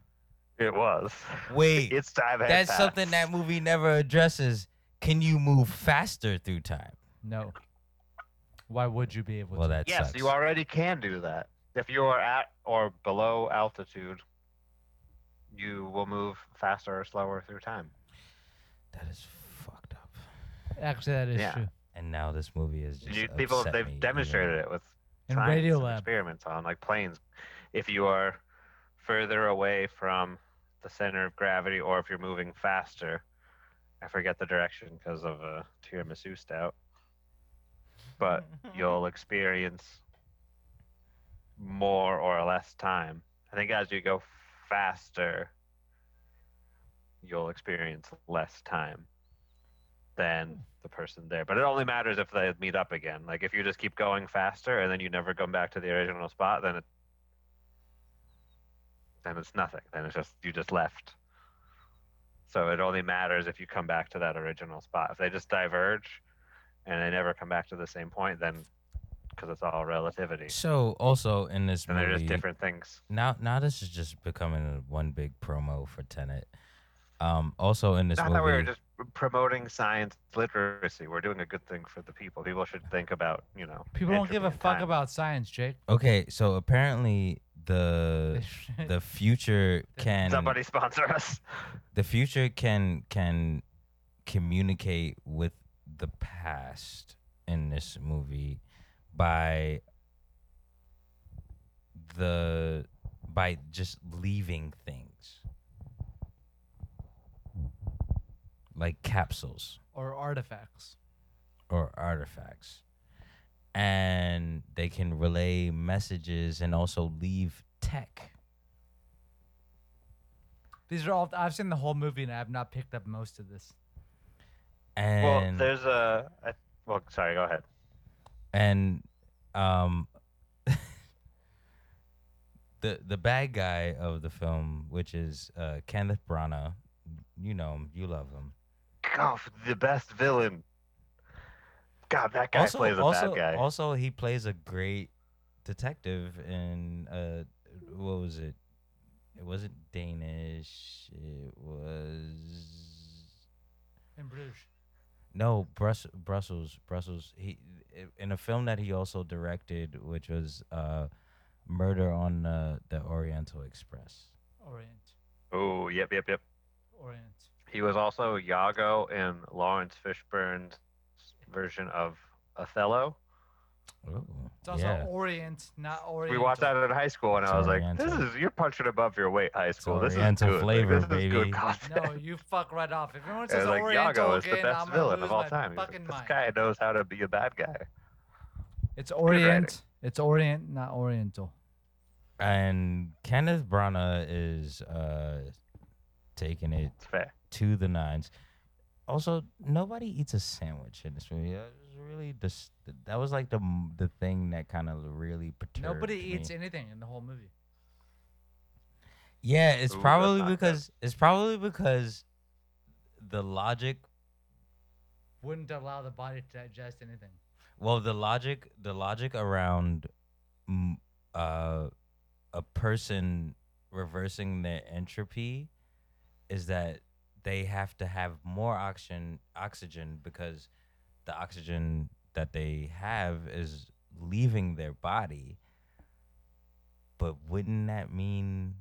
Speaker 3: it was.
Speaker 2: Wait,
Speaker 3: It's time. had
Speaker 2: that's something that
Speaker 3: passed.
Speaker 2: movie never addresses. Can you move faster through time?
Speaker 1: No. Why would you be able
Speaker 2: Well,
Speaker 1: to?
Speaker 2: that
Speaker 3: Yes,
Speaker 2: sucks.
Speaker 3: you already can do that. If you are at or below altitude, you will move faster or slower through time.
Speaker 2: That is fucked up.
Speaker 1: Actually, that is
Speaker 3: Yeah.
Speaker 1: true.
Speaker 2: And now this movie is just
Speaker 3: You- people
Speaker 2: upset
Speaker 3: they've
Speaker 2: me even
Speaker 3: demonstrated it with
Speaker 1: In
Speaker 3: science and
Speaker 1: Radiolab,
Speaker 3: experiments on like planes. If you are further away from the center of gravity, or if you're moving faster, I forget the direction because of a tiramisu stout, but
Speaker 1: Mm-hmm.
Speaker 3: you'll experience more or less time. I think as you go faster, you'll experience less time than the person there. But it only matters if they meet up again. Like if you just keep going faster and then you never come back to the original spot, then it then it's nothing. Then it's just you just left. So it only matters if you come back to that original spot. If they just diverge and they never come back to the same point, then because it's all relativity.
Speaker 2: So also in this
Speaker 3: And they're
Speaker 2: movie,
Speaker 3: just different things.
Speaker 2: now now this is just becoming a one big promo for Tenet. Um, also in this
Speaker 3: Not
Speaker 2: movie,
Speaker 3: that we were just promoting science literacy. We're doing a good thing for the people. People should think about, you know.
Speaker 1: people don't give
Speaker 3: entropy
Speaker 1: a
Speaker 3: and
Speaker 1: fuck
Speaker 3: time.
Speaker 1: about science, Jake.
Speaker 2: okay, so apparently the the future can
Speaker 3: Somebody sponsor us.
Speaker 2: the future can can communicate with the past in this movie by the by just leaving things like capsules
Speaker 1: or artifacts.
Speaker 2: or artifacts and they can relay messages and also leave tech
Speaker 1: These are all. I've seen the whole movie and I have not picked up most of this.
Speaker 3: Well,
Speaker 2: and
Speaker 3: there's a. I, well, sorry. Go ahead.
Speaker 2: and um the the bad guy of the film which is uh kenneth branagh you know him you love him
Speaker 3: Golf, Oh, the best villain. God, that guy
Speaker 2: also
Speaker 3: plays a
Speaker 2: also,
Speaker 3: bad guy.
Speaker 2: also he plays a great detective in uh what was it it wasn't danish it was
Speaker 1: In Bruges.
Speaker 2: No, Brussels, Brussels, Brussels. He i- in a film that he also directed, which was uh, Murder on uh, the Oriental Express.
Speaker 1: Orient.
Speaker 3: oh, yep, yep, yep.
Speaker 1: Orient.
Speaker 3: He was also Iago in Lawrence Fishburne's version of Othello.
Speaker 2: Oh,
Speaker 1: It's also
Speaker 2: yeah.
Speaker 1: Orient, not Orient.
Speaker 3: We watched that in high school, and
Speaker 2: It's
Speaker 3: I was like,
Speaker 2: Oriental.
Speaker 3: "This is you're punching above your weight, high school. This is
Speaker 2: Oriental
Speaker 3: good. Like,
Speaker 2: flavor,
Speaker 3: this is
Speaker 2: baby."
Speaker 3: good content."
Speaker 1: No, you fuck right off. If everyone says
Speaker 3: And like
Speaker 1: Oriental
Speaker 3: Iago is
Speaker 1: again,
Speaker 3: the best
Speaker 1: I'm gonna
Speaker 3: villain
Speaker 1: lose
Speaker 3: of all
Speaker 1: my
Speaker 3: time. He's like,
Speaker 1: Fucking
Speaker 3: this
Speaker 1: mind.
Speaker 3: guy knows how to be a bad guy.
Speaker 1: It's
Speaker 3: writing.
Speaker 1: Orient. It's Orient, not Oriental.
Speaker 2: And Kenneth Branagh is uh, taking it
Speaker 3: It's fair.
Speaker 2: to the nines. Also, nobody eats a sandwich in this movie. That was really dis- that was like the m- the thing that kind of really perturbed
Speaker 1: Nobody
Speaker 2: me.
Speaker 1: eats anything in the whole movie.
Speaker 2: Yeah, it's
Speaker 3: Ooh, that's
Speaker 2: probably
Speaker 3: not good.
Speaker 2: because it's probably because the logic
Speaker 1: Wouldn't allow the body to digest anything.
Speaker 2: well the logic the logic around mm, uh a person reversing their entropy is that they have to have more oxygen oxygen because the oxygen that they have is leaving their body but wouldn't that mean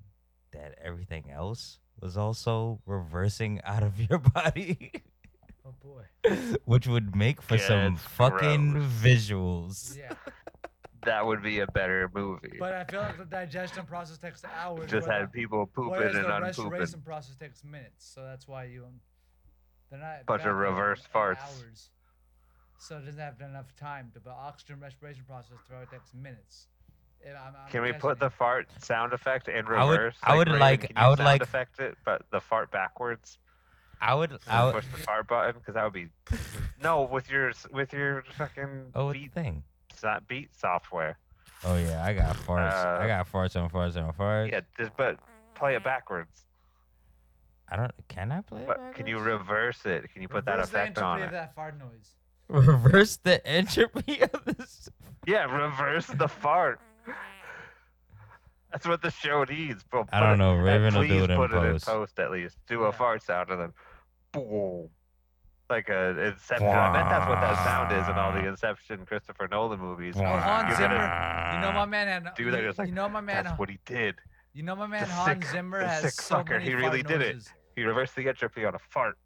Speaker 2: that everything else was also reversing out of your body
Speaker 1: Oh boy.
Speaker 2: which would make for
Speaker 3: Yeah,
Speaker 2: some
Speaker 3: it's
Speaker 2: fucking
Speaker 3: gross.
Speaker 2: visuals.
Speaker 1: Yeah.
Speaker 3: That would be a better movie.
Speaker 1: But I feel like the digestion process takes hours.
Speaker 3: Just
Speaker 1: where-
Speaker 3: had people pooping
Speaker 1: whereas
Speaker 3: and
Speaker 1: the
Speaker 3: unpooping.
Speaker 1: restoration process takes minutes, so that's why you um, they're not
Speaker 3: Bunch of
Speaker 1: back there for
Speaker 3: reverse farts.
Speaker 1: Hours. So it doesn't have enough time. To, but oxygen respiration process throw it takes minutes. And I'm, I'm
Speaker 3: Can we
Speaker 1: guessing
Speaker 3: put the fart sound effect in
Speaker 2: I would-
Speaker 3: reverse?
Speaker 2: I would
Speaker 3: Raiden,
Speaker 2: like-
Speaker 3: can
Speaker 2: I
Speaker 3: you
Speaker 2: would
Speaker 3: sound
Speaker 2: like-
Speaker 3: effect it, but the fart backwards.
Speaker 2: I would.
Speaker 3: So
Speaker 2: I would
Speaker 3: you push the fart button because that would be no with your s- with your fucking
Speaker 2: oh, it's
Speaker 3: beat
Speaker 2: a thing.
Speaker 3: so- beat software.
Speaker 2: Oh yeah, I got farts. I
Speaker 3: Uh,
Speaker 2: got farts on farts on farts.
Speaker 3: Yeah, just, but play
Speaker 1: Mm-hmm.
Speaker 3: it backwards.
Speaker 2: I don't. Can I play? it
Speaker 3: But can you
Speaker 2: backwards?
Speaker 3: reverse it? Can you put
Speaker 1: reverse
Speaker 3: that effect
Speaker 1: the entropy
Speaker 3: on it?
Speaker 1: of that fart noise.
Speaker 2: reverse the entropy of this?
Speaker 3: Yeah, reverse the fart.
Speaker 1: Mm-hmm.
Speaker 3: That's what the show needs. But
Speaker 2: I don't
Speaker 3: put it-
Speaker 2: know.
Speaker 3: and
Speaker 2: Raven will
Speaker 3: please
Speaker 2: do it in
Speaker 3: put it in
Speaker 2: post.
Speaker 3: post at least. Do
Speaker 1: Yeah.
Speaker 3: a fart sound and then boom. Like a Inception. I bet that's what that sound is in all the Inception Christopher Nolan movies.
Speaker 1: Oh, Hans
Speaker 3: You're
Speaker 1: Zimmer.
Speaker 3: gonna-
Speaker 1: You know my man. had-
Speaker 3: Dude,
Speaker 1: you,
Speaker 3: I was like,
Speaker 1: you know my man.
Speaker 3: That's what he did.
Speaker 1: you know my man.
Speaker 3: the
Speaker 1: Hans
Speaker 3: sick-
Speaker 1: Zimmer
Speaker 3: the
Speaker 1: has
Speaker 3: sick
Speaker 1: so
Speaker 3: fucker,
Speaker 1: many
Speaker 3: he really
Speaker 1: fart
Speaker 3: did it.
Speaker 1: noises.
Speaker 3: He reversed the entropy on a fart.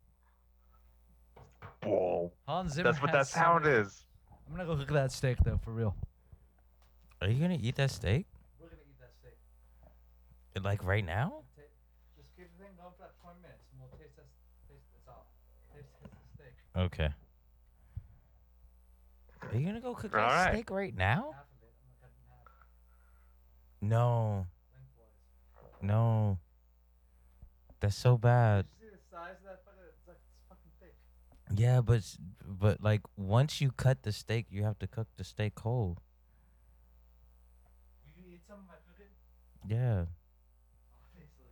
Speaker 3: Boom.
Speaker 1: Hans Zimmer.
Speaker 3: That's what that
Speaker 1: has so
Speaker 3: sound
Speaker 1: many-
Speaker 3: is.
Speaker 1: I'm gonna go cook that steak though, for real.
Speaker 2: Are you gonna eat that steak?
Speaker 1: We're gonna eat that steak.
Speaker 2: Like right now?
Speaker 1: Just keep the thing going for like 20 minutes, and we'll taste that. Taste this off. Taste, taste the steak.
Speaker 2: Okay. Are you gonna go cook
Speaker 3: All
Speaker 2: that
Speaker 3: right.
Speaker 2: steak right now?
Speaker 1: Half of it. I'm gonna cut it in half.
Speaker 2: No,
Speaker 1: Lengthwise.
Speaker 2: no. That's so bad.
Speaker 1: Did you see the size of that fucking? It's like it's fucking thick.
Speaker 2: Yeah, but s- but like once you cut the steak, you have to cook the steak whole.
Speaker 1: Will you eat some of my cooking? Oh,
Speaker 2: Yeah.
Speaker 1: Obviously.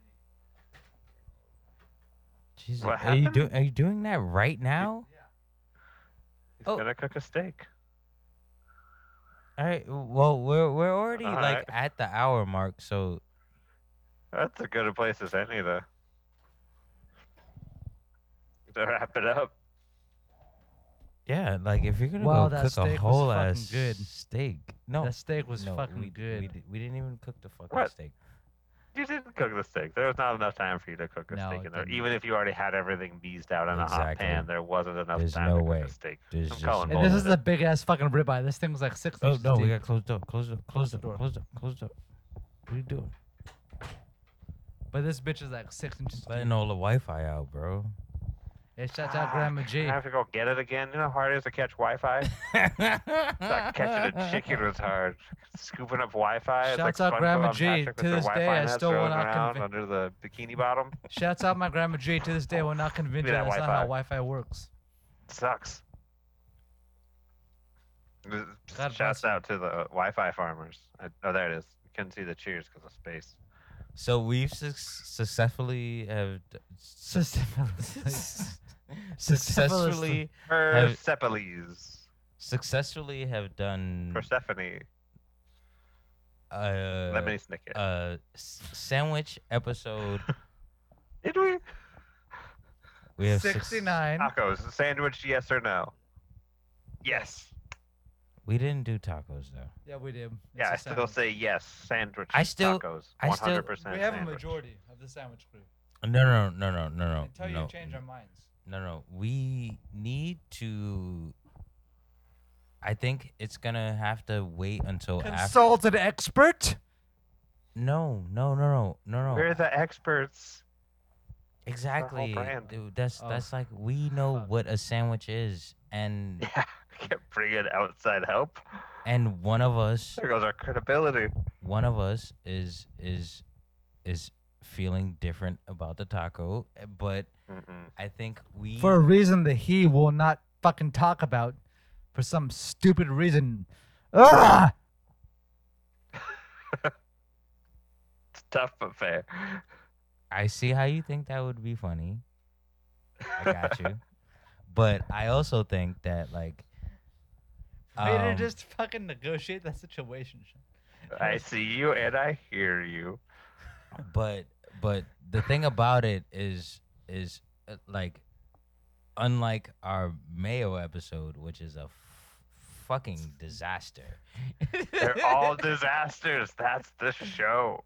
Speaker 2: Jesus.
Speaker 3: What
Speaker 2: are you
Speaker 3: happened?
Speaker 2: doing? Are you doing that right now?
Speaker 1: Yeah.
Speaker 3: He's
Speaker 2: Oh.
Speaker 3: gonna cook a steak.
Speaker 2: All right. Well, we're we're already
Speaker 3: All
Speaker 2: like
Speaker 3: right.
Speaker 2: at the hour mark, so
Speaker 3: That's as good a place as any, though. To wrap it up.
Speaker 2: yeah, like if you're gonna
Speaker 1: Wow,
Speaker 2: go
Speaker 1: that
Speaker 2: cook a
Speaker 1: steak was
Speaker 2: whole
Speaker 1: fucking
Speaker 2: ass
Speaker 1: good.
Speaker 2: steak, no,
Speaker 1: That steak was
Speaker 2: no,
Speaker 1: fucking
Speaker 2: we,
Speaker 1: good.
Speaker 2: We, did, we didn't even cook the fucking
Speaker 3: What?
Speaker 2: steak.
Speaker 3: You didn't cook the steak. There was not enough time for you to cook a
Speaker 2: No,
Speaker 3: steak
Speaker 2: it
Speaker 3: in there.
Speaker 2: didn't.
Speaker 3: Even if you already had everything beezed out in a hot
Speaker 2: Exactly.
Speaker 3: pan, there wasn't enough
Speaker 2: There's
Speaker 3: time
Speaker 2: no
Speaker 3: to cook
Speaker 2: way.
Speaker 3: a steak.
Speaker 2: There's
Speaker 3: I'm
Speaker 2: just-
Speaker 3: calling
Speaker 2: And
Speaker 1: And
Speaker 3: bull
Speaker 1: this
Speaker 3: on
Speaker 1: is a big ass fucking ribeye. This thing was like six
Speaker 2: Oh
Speaker 1: inches
Speaker 2: no, we
Speaker 1: deep.
Speaker 2: got closed up, closed up, closed
Speaker 1: the
Speaker 2: up,
Speaker 1: door.
Speaker 2: closed up, closed up. What are you doing?
Speaker 1: But this bitch is like six inches
Speaker 2: Letting
Speaker 1: deep.
Speaker 2: all the Wi-Fi out, bro.
Speaker 1: Hey, shout out Grandma
Speaker 3: Fuck,
Speaker 1: G.
Speaker 3: I have to go get it again. You know how hard it is to catch Wi-Fi? It's like catching a chicken was hard. Scooping up Wi-Fi. It's
Speaker 1: Shouts
Speaker 3: like
Speaker 1: out Grandma
Speaker 3: SpongeBob
Speaker 1: G.
Speaker 3: Patrick
Speaker 1: To
Speaker 3: with their
Speaker 1: this day,
Speaker 3: Wi-Fi
Speaker 1: I
Speaker 3: nets
Speaker 1: still will
Speaker 3: rolling
Speaker 1: not
Speaker 3: around
Speaker 1: convince-
Speaker 3: under the bikini bottom.
Speaker 1: Shouts out my Grandma G. To this day, we're not convinced
Speaker 3: that
Speaker 1: that's not how Wi-Fi works.
Speaker 3: sucks.
Speaker 1: God bless
Speaker 3: Shouts
Speaker 1: you.
Speaker 3: out to the Wi-Fi farmers. I, oh, there it is. You couldn't see the cheers because of space.
Speaker 2: so we've suc successfully have d- successfully Have-
Speaker 3: Persepolis.
Speaker 2: successfully have done
Speaker 3: Persephone.
Speaker 2: a Uh,
Speaker 3: Lemony Snicket.
Speaker 2: a s- sandwich episode.
Speaker 3: Did we?
Speaker 2: We have suc-
Speaker 1: Sixty-nine.
Speaker 3: Tacos. Sandwich, yes or no? Yes.
Speaker 2: We didn't do tacos though.
Speaker 1: Yeah, we did.
Speaker 3: Yeah, I
Speaker 1: It's a
Speaker 3: still
Speaker 1: sandwich.
Speaker 3: say yes. Sandwich.
Speaker 2: I still-
Speaker 3: Tacos.
Speaker 2: I still-
Speaker 3: 100%
Speaker 1: We have a
Speaker 3: sandwich.
Speaker 1: majority of the sandwich crew.
Speaker 2: No, no, no, no, no, no.
Speaker 1: Until
Speaker 2: no,
Speaker 1: you change our minds.
Speaker 2: No, no. We need to. I think it's gonna have to wait until after.
Speaker 1: Consulted expert.
Speaker 2: No, no, no, no, no, no.
Speaker 3: We're the experts.
Speaker 2: exactly,
Speaker 3: brand.
Speaker 2: dude. That's
Speaker 1: Oh,
Speaker 2: that's like we know
Speaker 1: fuck.
Speaker 2: what a sandwich is, and
Speaker 3: Yeah. We can't bring in outside help.
Speaker 2: and one of us,
Speaker 3: There goes our credibility.
Speaker 2: one of us is is is feeling different about the taco, eh, but
Speaker 3: Mm-mm.
Speaker 2: I think we
Speaker 1: for a reason that he will not fucking talk about for some stupid reason. Ugh!
Speaker 3: It's tough but fair.
Speaker 2: I see how you think that would be funny. I got you. But I also think that like
Speaker 1: Vader
Speaker 2: um,
Speaker 1: just fucking negotiate that situation.
Speaker 3: I see you and I hear you.
Speaker 2: but but the thing about it is is uh, like unlike our mayo episode which is a f- fucking disaster.
Speaker 3: They're all disasters. That's the show.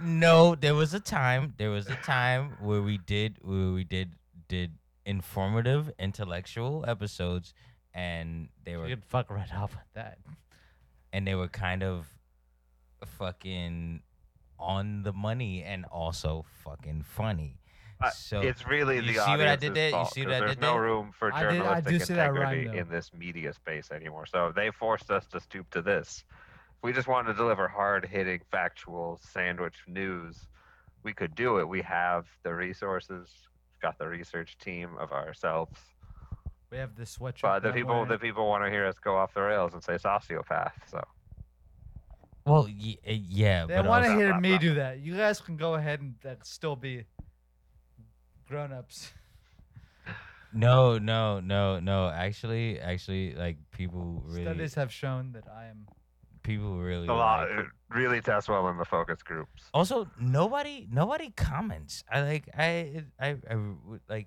Speaker 2: No, there was a time. There was a time where we did where we did did informative, intellectual episodes, and they
Speaker 1: You
Speaker 2: were
Speaker 1: could fuck right off with that.
Speaker 2: and they were kind of fucking on the money and also fucking funny.
Speaker 3: Uh,
Speaker 2: so
Speaker 3: it's really
Speaker 2: you
Speaker 3: the
Speaker 2: see what I
Speaker 3: audience's
Speaker 2: did there? You
Speaker 3: fault,
Speaker 2: see
Speaker 3: 'cause
Speaker 2: what I
Speaker 3: there's
Speaker 2: did
Speaker 3: no
Speaker 2: there?
Speaker 3: room for
Speaker 1: I did- I
Speaker 3: journalistic
Speaker 1: do see that rhyme,
Speaker 3: integrity
Speaker 1: though.
Speaker 3: in this media space anymore. So they forced us to stoop to this. we just wanted to deliver hard hitting, factual sandwich news, we could do it. We have the resources, got the research team of ourselves.
Speaker 1: We have this sweatshirt.
Speaker 3: But the
Speaker 1: that I'm
Speaker 3: people
Speaker 1: wearing.
Speaker 3: the people want to hear us go off the rails and say sociopath. So
Speaker 2: Well, y- uh, yeah,
Speaker 1: They
Speaker 2: but
Speaker 1: want to
Speaker 3: also-
Speaker 1: hear me do that. You guys can go ahead and uh, still be grown ups.
Speaker 2: No, no, no, no. Actually, actually, like people really,
Speaker 1: Studies have shown that I am.
Speaker 2: people really.
Speaker 3: the law
Speaker 2: like-
Speaker 3: it really tests well in the focus groups.
Speaker 2: also, nobody, nobody comments. I like, I, I, I would, like,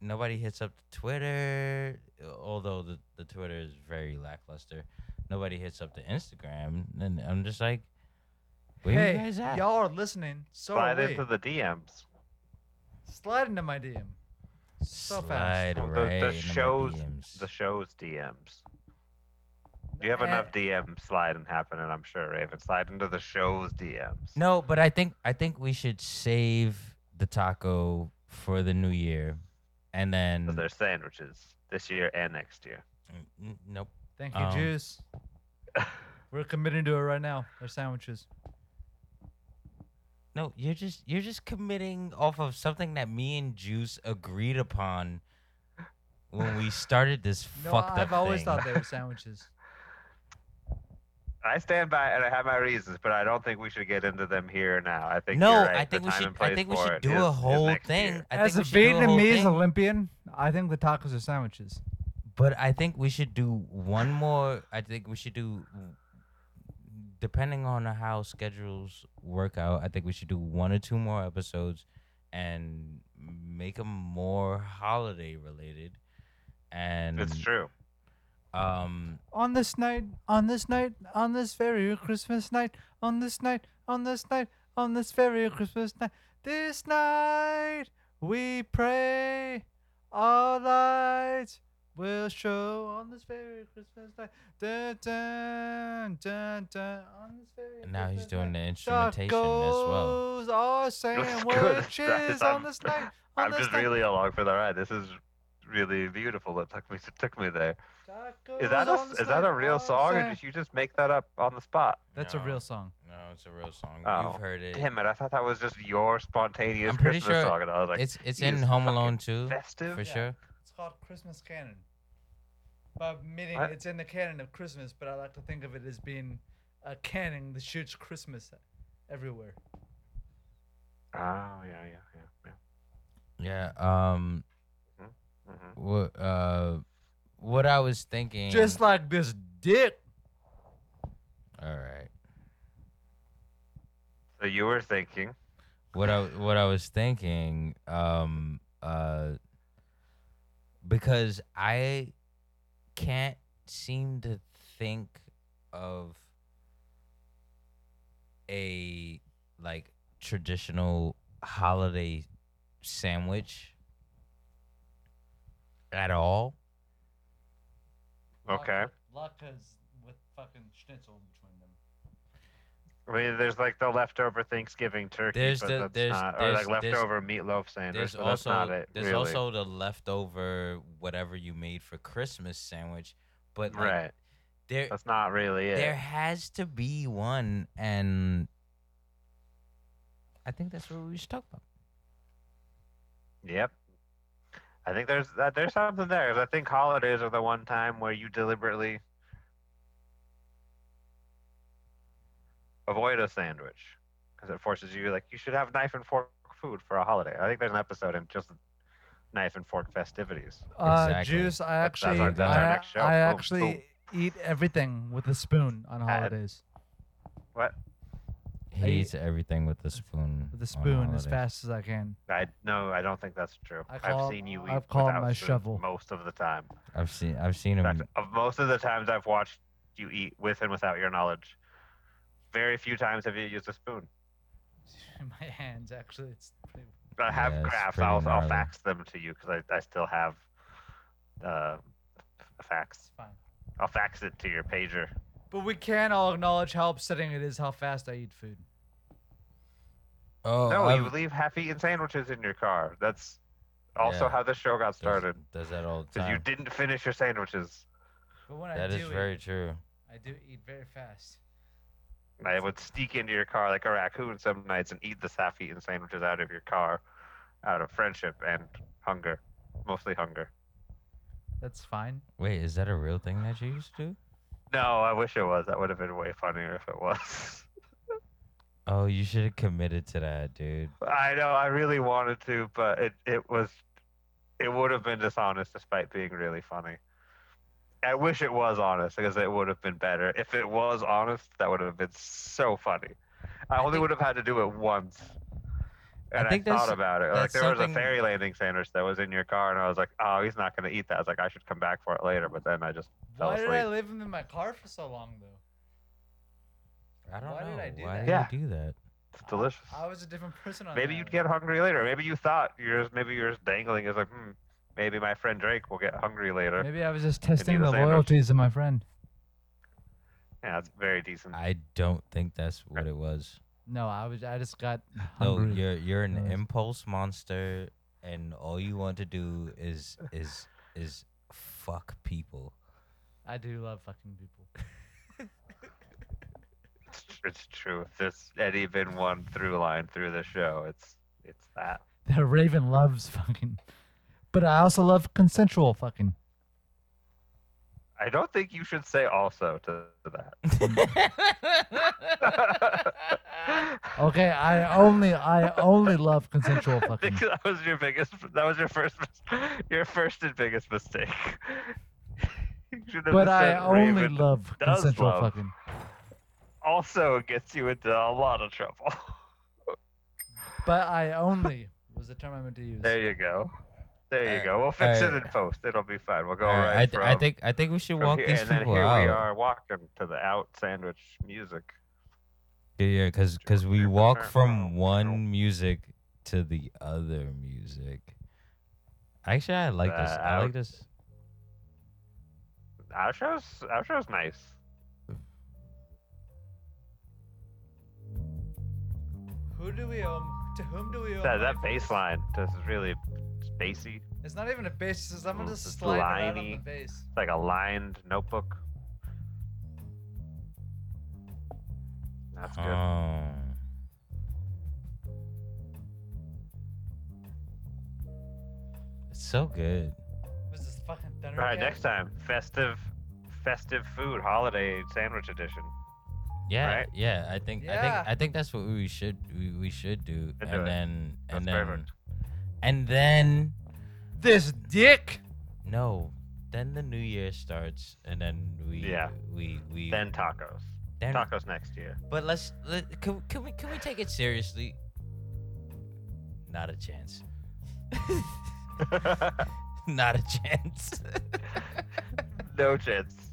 Speaker 2: nobody hits up Twitter. Although the the Twitter is very lackluster. Nobody hits up the Instagram, and I'm just like, where
Speaker 1: hey,
Speaker 2: you guys at?
Speaker 1: y'all are listening. So are
Speaker 3: Slide
Speaker 1: we.
Speaker 3: into the DMs.
Speaker 1: Slide into my DM. so fast.
Speaker 2: Slide
Speaker 3: The- the
Speaker 2: right into my
Speaker 3: shows-
Speaker 2: DMs.
Speaker 3: The show's DMs. You have
Speaker 1: Eh.
Speaker 3: enough DM sliding happening, I'm sure, Raven. Slide into the show's DMs.
Speaker 2: No, but I think I think we should save the taco for the new year, and then
Speaker 3: Of their sandwiches this year and next year.
Speaker 2: Mm, mm, nope.
Speaker 1: Thank you,
Speaker 2: Um,
Speaker 1: Juice. We're committing to it right now. They're sandwiches.
Speaker 2: No, you're just you're just committing off of something that me and Juice agreed upon when we started this
Speaker 1: No,
Speaker 2: fucked up
Speaker 1: I've always
Speaker 2: thing.
Speaker 1: thought they were sandwiches.
Speaker 3: I stand by and I have my reasons, but I don't think we should get into them here now. I think
Speaker 2: no,
Speaker 3: you're right.
Speaker 2: I
Speaker 3: The
Speaker 2: think we
Speaker 3: time
Speaker 2: should.
Speaker 3: and
Speaker 2: I
Speaker 3: place
Speaker 2: think we
Speaker 3: for
Speaker 2: should
Speaker 3: it
Speaker 2: do
Speaker 3: is-
Speaker 2: a
Speaker 3: is
Speaker 2: whole
Speaker 3: next
Speaker 2: thing.
Speaker 3: year.
Speaker 2: I
Speaker 1: As a
Speaker 2: think we should do a whole
Speaker 1: Vietnamese
Speaker 2: thing,
Speaker 1: Olympian, I think the tacos are sandwiches.
Speaker 2: but I think we should do one more. I think we should do, depending on how schedules work out. I think we should do one or two more episodes, and make them more holiday related. And
Speaker 3: It's true.
Speaker 2: Um,
Speaker 1: On this night, on this night, on this very Christmas night, on this night, on this night, on this very Christmas night, this night we pray our lights will show on this very Christmas night. Dun, dun, dun, dun, on this very
Speaker 2: now he's
Speaker 1: Christmas
Speaker 2: doing
Speaker 1: night.
Speaker 2: the instrumentation as well.
Speaker 1: Tacos are
Speaker 3: good.
Speaker 1: sandwiches on
Speaker 3: I'm-
Speaker 1: this night. On
Speaker 3: I'm
Speaker 1: this
Speaker 3: just
Speaker 1: night.
Speaker 3: really along for the ride. This is really beautiful. It took me it took me there. Is
Speaker 1: Tacos
Speaker 3: that a
Speaker 1: on this
Speaker 3: is that
Speaker 1: night
Speaker 3: a real
Speaker 1: are
Speaker 3: song or
Speaker 1: san-
Speaker 3: did you just make that up on the spot?
Speaker 1: That's a
Speaker 2: No.
Speaker 1: real song.
Speaker 2: No, it's a real song.
Speaker 3: Oh,
Speaker 2: You've heard it.
Speaker 3: Damn it! I thought that was just your spontaneous
Speaker 2: I'm pretty
Speaker 3: Christmas
Speaker 2: sure
Speaker 3: song, and I was like,
Speaker 2: it's it's
Speaker 3: he
Speaker 2: in
Speaker 3: is
Speaker 2: Home
Speaker 3: fucking
Speaker 2: Alone too,
Speaker 3: festive.
Speaker 2: for
Speaker 1: Yeah.
Speaker 2: sure.
Speaker 1: It's called Christmas canon. By meaning
Speaker 3: What?
Speaker 1: it's in the canon of Christmas, but I like to think of it as being a canon that shoots Christmas everywhere.
Speaker 3: Oh yeah, yeah, yeah.
Speaker 2: Yeah. Um.
Speaker 3: yeah. hmm
Speaker 2: What uh, what I was thinking.
Speaker 1: Just like this dick.
Speaker 2: all right.
Speaker 3: So you were thinking,
Speaker 2: What I what I was thinking. Um. Uh. Because I can't seem to think of a like traditional holiday sandwich at all.
Speaker 3: okay.
Speaker 1: Latkes with fucking schnitzel between them.
Speaker 3: I mean, there's like the leftover Thanksgiving turkey,
Speaker 2: There's
Speaker 3: but
Speaker 2: the-
Speaker 3: that's
Speaker 2: there's-
Speaker 3: not, or
Speaker 2: there's-
Speaker 3: like
Speaker 2: there's-
Speaker 3: leftover meatloaf sandwich,
Speaker 2: There's
Speaker 3: but that's
Speaker 2: also
Speaker 3: not it.
Speaker 2: there's
Speaker 3: really.
Speaker 2: also the leftover whatever you made for Christmas sandwich, but like,
Speaker 3: right.
Speaker 2: there
Speaker 3: That's not really it.
Speaker 2: there has to be one, and I think that's what we should talk about.
Speaker 3: Yep. I think there's that, there's something there. 'cause I think holidays are the one time where you deliberately avoid a sandwich because it forces you like you should have knife and fork food for a holiday. I think there's an episode in just knife and fork festivities.
Speaker 1: Uh,
Speaker 2: Exactly.
Speaker 1: Juice, I
Speaker 3: That's our-
Speaker 1: actually,
Speaker 3: that's our
Speaker 1: I,
Speaker 3: next show. Oh,
Speaker 1: I
Speaker 3: Boom,
Speaker 1: actually
Speaker 3: boom.
Speaker 1: eat everything with a spoon on holidays.
Speaker 3: What?
Speaker 2: He
Speaker 1: I-
Speaker 2: eats everything with a spoon.
Speaker 1: With
Speaker 2: on
Speaker 1: a spoon as
Speaker 2: holidays.
Speaker 1: fast as I can.
Speaker 3: I no, I don't think that's true.
Speaker 1: I call-
Speaker 3: I've seen you eat
Speaker 1: I've called
Speaker 3: without
Speaker 1: my
Speaker 3: spoons
Speaker 1: shovel.
Speaker 3: most of the time.
Speaker 2: I've seen I've seen
Speaker 3: In fact,
Speaker 2: him.
Speaker 3: of most of the times I've watched you eat with and without your knowledge, very few times have you used a spoon.
Speaker 1: my hands, actually, it's pretty
Speaker 3: I have
Speaker 2: Yeah, it's
Speaker 3: graphs.
Speaker 2: pretty
Speaker 3: I'll, I'll
Speaker 2: gnarly.
Speaker 3: fax them to you because I, I still have uh, a fax.
Speaker 1: it's fine.
Speaker 3: I'll fax it to your pager.
Speaker 1: But we can all acknowledge how upsetting it is how fast I eat food.
Speaker 2: Oh,
Speaker 3: no,
Speaker 2: I've-
Speaker 3: you leave half-eaten sandwiches in your car. That's also
Speaker 2: Yeah.
Speaker 3: how the show got
Speaker 2: does,
Speaker 3: started.
Speaker 2: does that all the
Speaker 3: Because you
Speaker 2: time.
Speaker 3: didn't finish your sandwiches.
Speaker 1: But when I
Speaker 2: That
Speaker 1: do
Speaker 2: is
Speaker 1: eat,
Speaker 2: very true.
Speaker 1: I do eat very fast.
Speaker 3: I would sneak into your car like a raccoon some nights and eat the half-eaten sandwiches out of your car, out of friendship and hunger, mostly hunger.
Speaker 1: That's fine.
Speaker 2: Wait, is that a real thing that you used to do?
Speaker 3: No, I wish it was. That would have been way funnier if it was.
Speaker 2: Oh, you should have committed to that, dude.
Speaker 3: I know. I really wanted to, but it, it was, it would have been dishonest despite being really funny. I wish it was honest because it would have been better. If it was honest, that would have been so funny. I, only would have had to do it once.
Speaker 2: I
Speaker 3: And I,
Speaker 2: think that's-
Speaker 3: thought about it. Like
Speaker 2: that's
Speaker 3: there was
Speaker 2: something-
Speaker 3: a fairy landing sandwich that was in your car, and I was like, "Oh, he's not gonna eat that." I was like, "I should come back for it later," but then I just fell
Speaker 1: Why did I
Speaker 3: asleep.
Speaker 1: leave him in my car for so long though?
Speaker 2: I don't
Speaker 1: Why
Speaker 2: know.
Speaker 1: did I do
Speaker 2: Why
Speaker 1: that?
Speaker 2: did
Speaker 3: Yeah.
Speaker 2: you do that?
Speaker 3: It's delicious.
Speaker 1: I was a different person on
Speaker 3: Maybe
Speaker 1: that
Speaker 3: you'd
Speaker 1: one.
Speaker 3: get hungry later. Maybe you thought yours. Maybe yours dangling is like, hmm. Maybe my friend Drake will get hungry later.
Speaker 1: Maybe I was just testing
Speaker 3: the
Speaker 1: the
Speaker 3: sandwich.
Speaker 1: loyalties of my friend.
Speaker 3: Yeah, that's very decent.
Speaker 2: I don't think that's what it was.
Speaker 1: No, I was. I just got
Speaker 2: No,
Speaker 1: hungry.
Speaker 2: you're you're an
Speaker 1: Yes.
Speaker 2: impulse monster, and all you want to do is is is fuck people.
Speaker 1: I do love fucking people.
Speaker 3: It's, tr- it's true. If there's any been one through line through the show, it's it's that.
Speaker 1: The Raven loves fucking, but I also love consensual fucking.
Speaker 3: I don't think you should say also to, to that.
Speaker 1: Okay, I only I only love consensual
Speaker 3: I
Speaker 1: fucking.
Speaker 3: think that was your biggest. That was your first. mis- Your first and biggest mistake. You should have
Speaker 1: But
Speaker 3: just
Speaker 1: I
Speaker 3: said
Speaker 1: only
Speaker 3: Raven
Speaker 1: love
Speaker 3: does
Speaker 1: consensual
Speaker 3: love.
Speaker 1: fucking.
Speaker 3: Also gets you into a lot of trouble.
Speaker 1: But I only was the term I meant to use.
Speaker 3: There you go. There you
Speaker 2: Uh,
Speaker 3: go. We'll fix it
Speaker 2: uh,
Speaker 3: in post. It'll be fine. We'll go
Speaker 2: All right,
Speaker 3: right.
Speaker 2: I, th-
Speaker 3: from,
Speaker 2: I think I think we should
Speaker 3: from
Speaker 2: walk
Speaker 3: here,
Speaker 2: these
Speaker 3: and then
Speaker 2: people
Speaker 3: here
Speaker 2: out.
Speaker 3: we are walking to the out sandwich music.
Speaker 2: Yeah, yeah, because because we walk from
Speaker 3: Wow.
Speaker 2: one music to the other music. Actually, I like this. I like
Speaker 3: That-
Speaker 2: this.
Speaker 3: Our show's our show's nice.
Speaker 1: Who do we owe? To whom do we owe?
Speaker 3: That
Speaker 1: money
Speaker 3: that
Speaker 1: for this?
Speaker 3: bass line is really spacey.
Speaker 1: It's not even a bass. It's I'm
Speaker 3: Mm,
Speaker 1: just
Speaker 3: it's
Speaker 1: sliding out on the
Speaker 3: liney.
Speaker 1: bass.
Speaker 3: It's like a lined notebook. That's good.
Speaker 2: Oh. It's so good.
Speaker 1: Was this fucking thunder?
Speaker 3: All right, next time, festive, festive food, holiday sandwich edition.
Speaker 2: Yeah,
Speaker 3: Right?
Speaker 2: yeah. I think I
Speaker 1: Yeah.
Speaker 2: think I think that's what we should we, we should do,
Speaker 3: Let's do
Speaker 2: and
Speaker 3: it.
Speaker 2: then and
Speaker 3: That's
Speaker 2: then
Speaker 3: perfect.
Speaker 2: and then
Speaker 1: This dick.
Speaker 2: no, then the new year starts, and then we
Speaker 3: Yeah.
Speaker 2: we we
Speaker 3: Then tacos.
Speaker 2: then-
Speaker 3: Tacos next year.
Speaker 2: But let's let, can, can we can we take it seriously? Not a chance. Not a chance.
Speaker 3: no chance.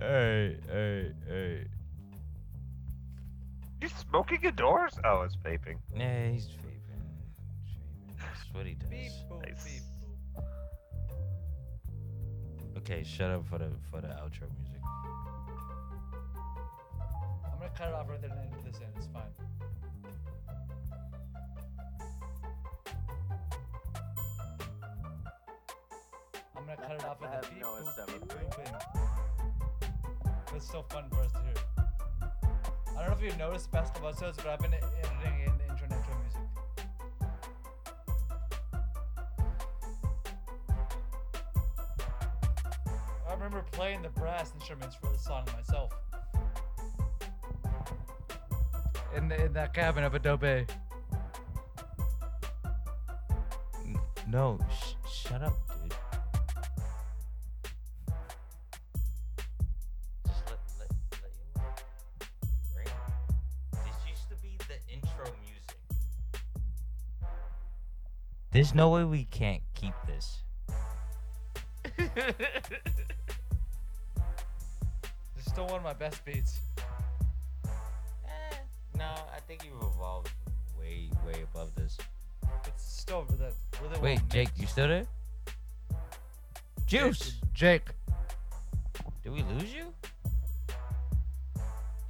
Speaker 2: hey, hey, hey.
Speaker 3: You smoking indoors? Oh, it's vaping.
Speaker 2: Yeah, he's vaping. He's vaping. That's what he
Speaker 1: Beep
Speaker 2: does.
Speaker 1: boop,
Speaker 3: Nice.
Speaker 1: beep boop.
Speaker 2: Okay, shut up for the for the outro music.
Speaker 1: I'm gonna cut it off right there and edit this in. It's fine. I'm gonna cut it off at the beep boop, beep booping. That's so fun for us to hear. I don't know if you noticed basketball episodes, but I've been editing in the intro and outro music. I remember playing the brass instruments for the song myself in, the, in that cabin up at Dobe.
Speaker 2: No, sh- shut up, dude. Just let let let you. Right? This used to be the intro music. There's no way we can't keep this.
Speaker 1: It's still one of my best beats.
Speaker 2: Eh, no, I think you've evolved way way above this.
Speaker 1: It's still the really well
Speaker 2: Wait,
Speaker 1: made.
Speaker 2: Jake, you still there? Juice,
Speaker 1: Jake.
Speaker 2: did we lose you?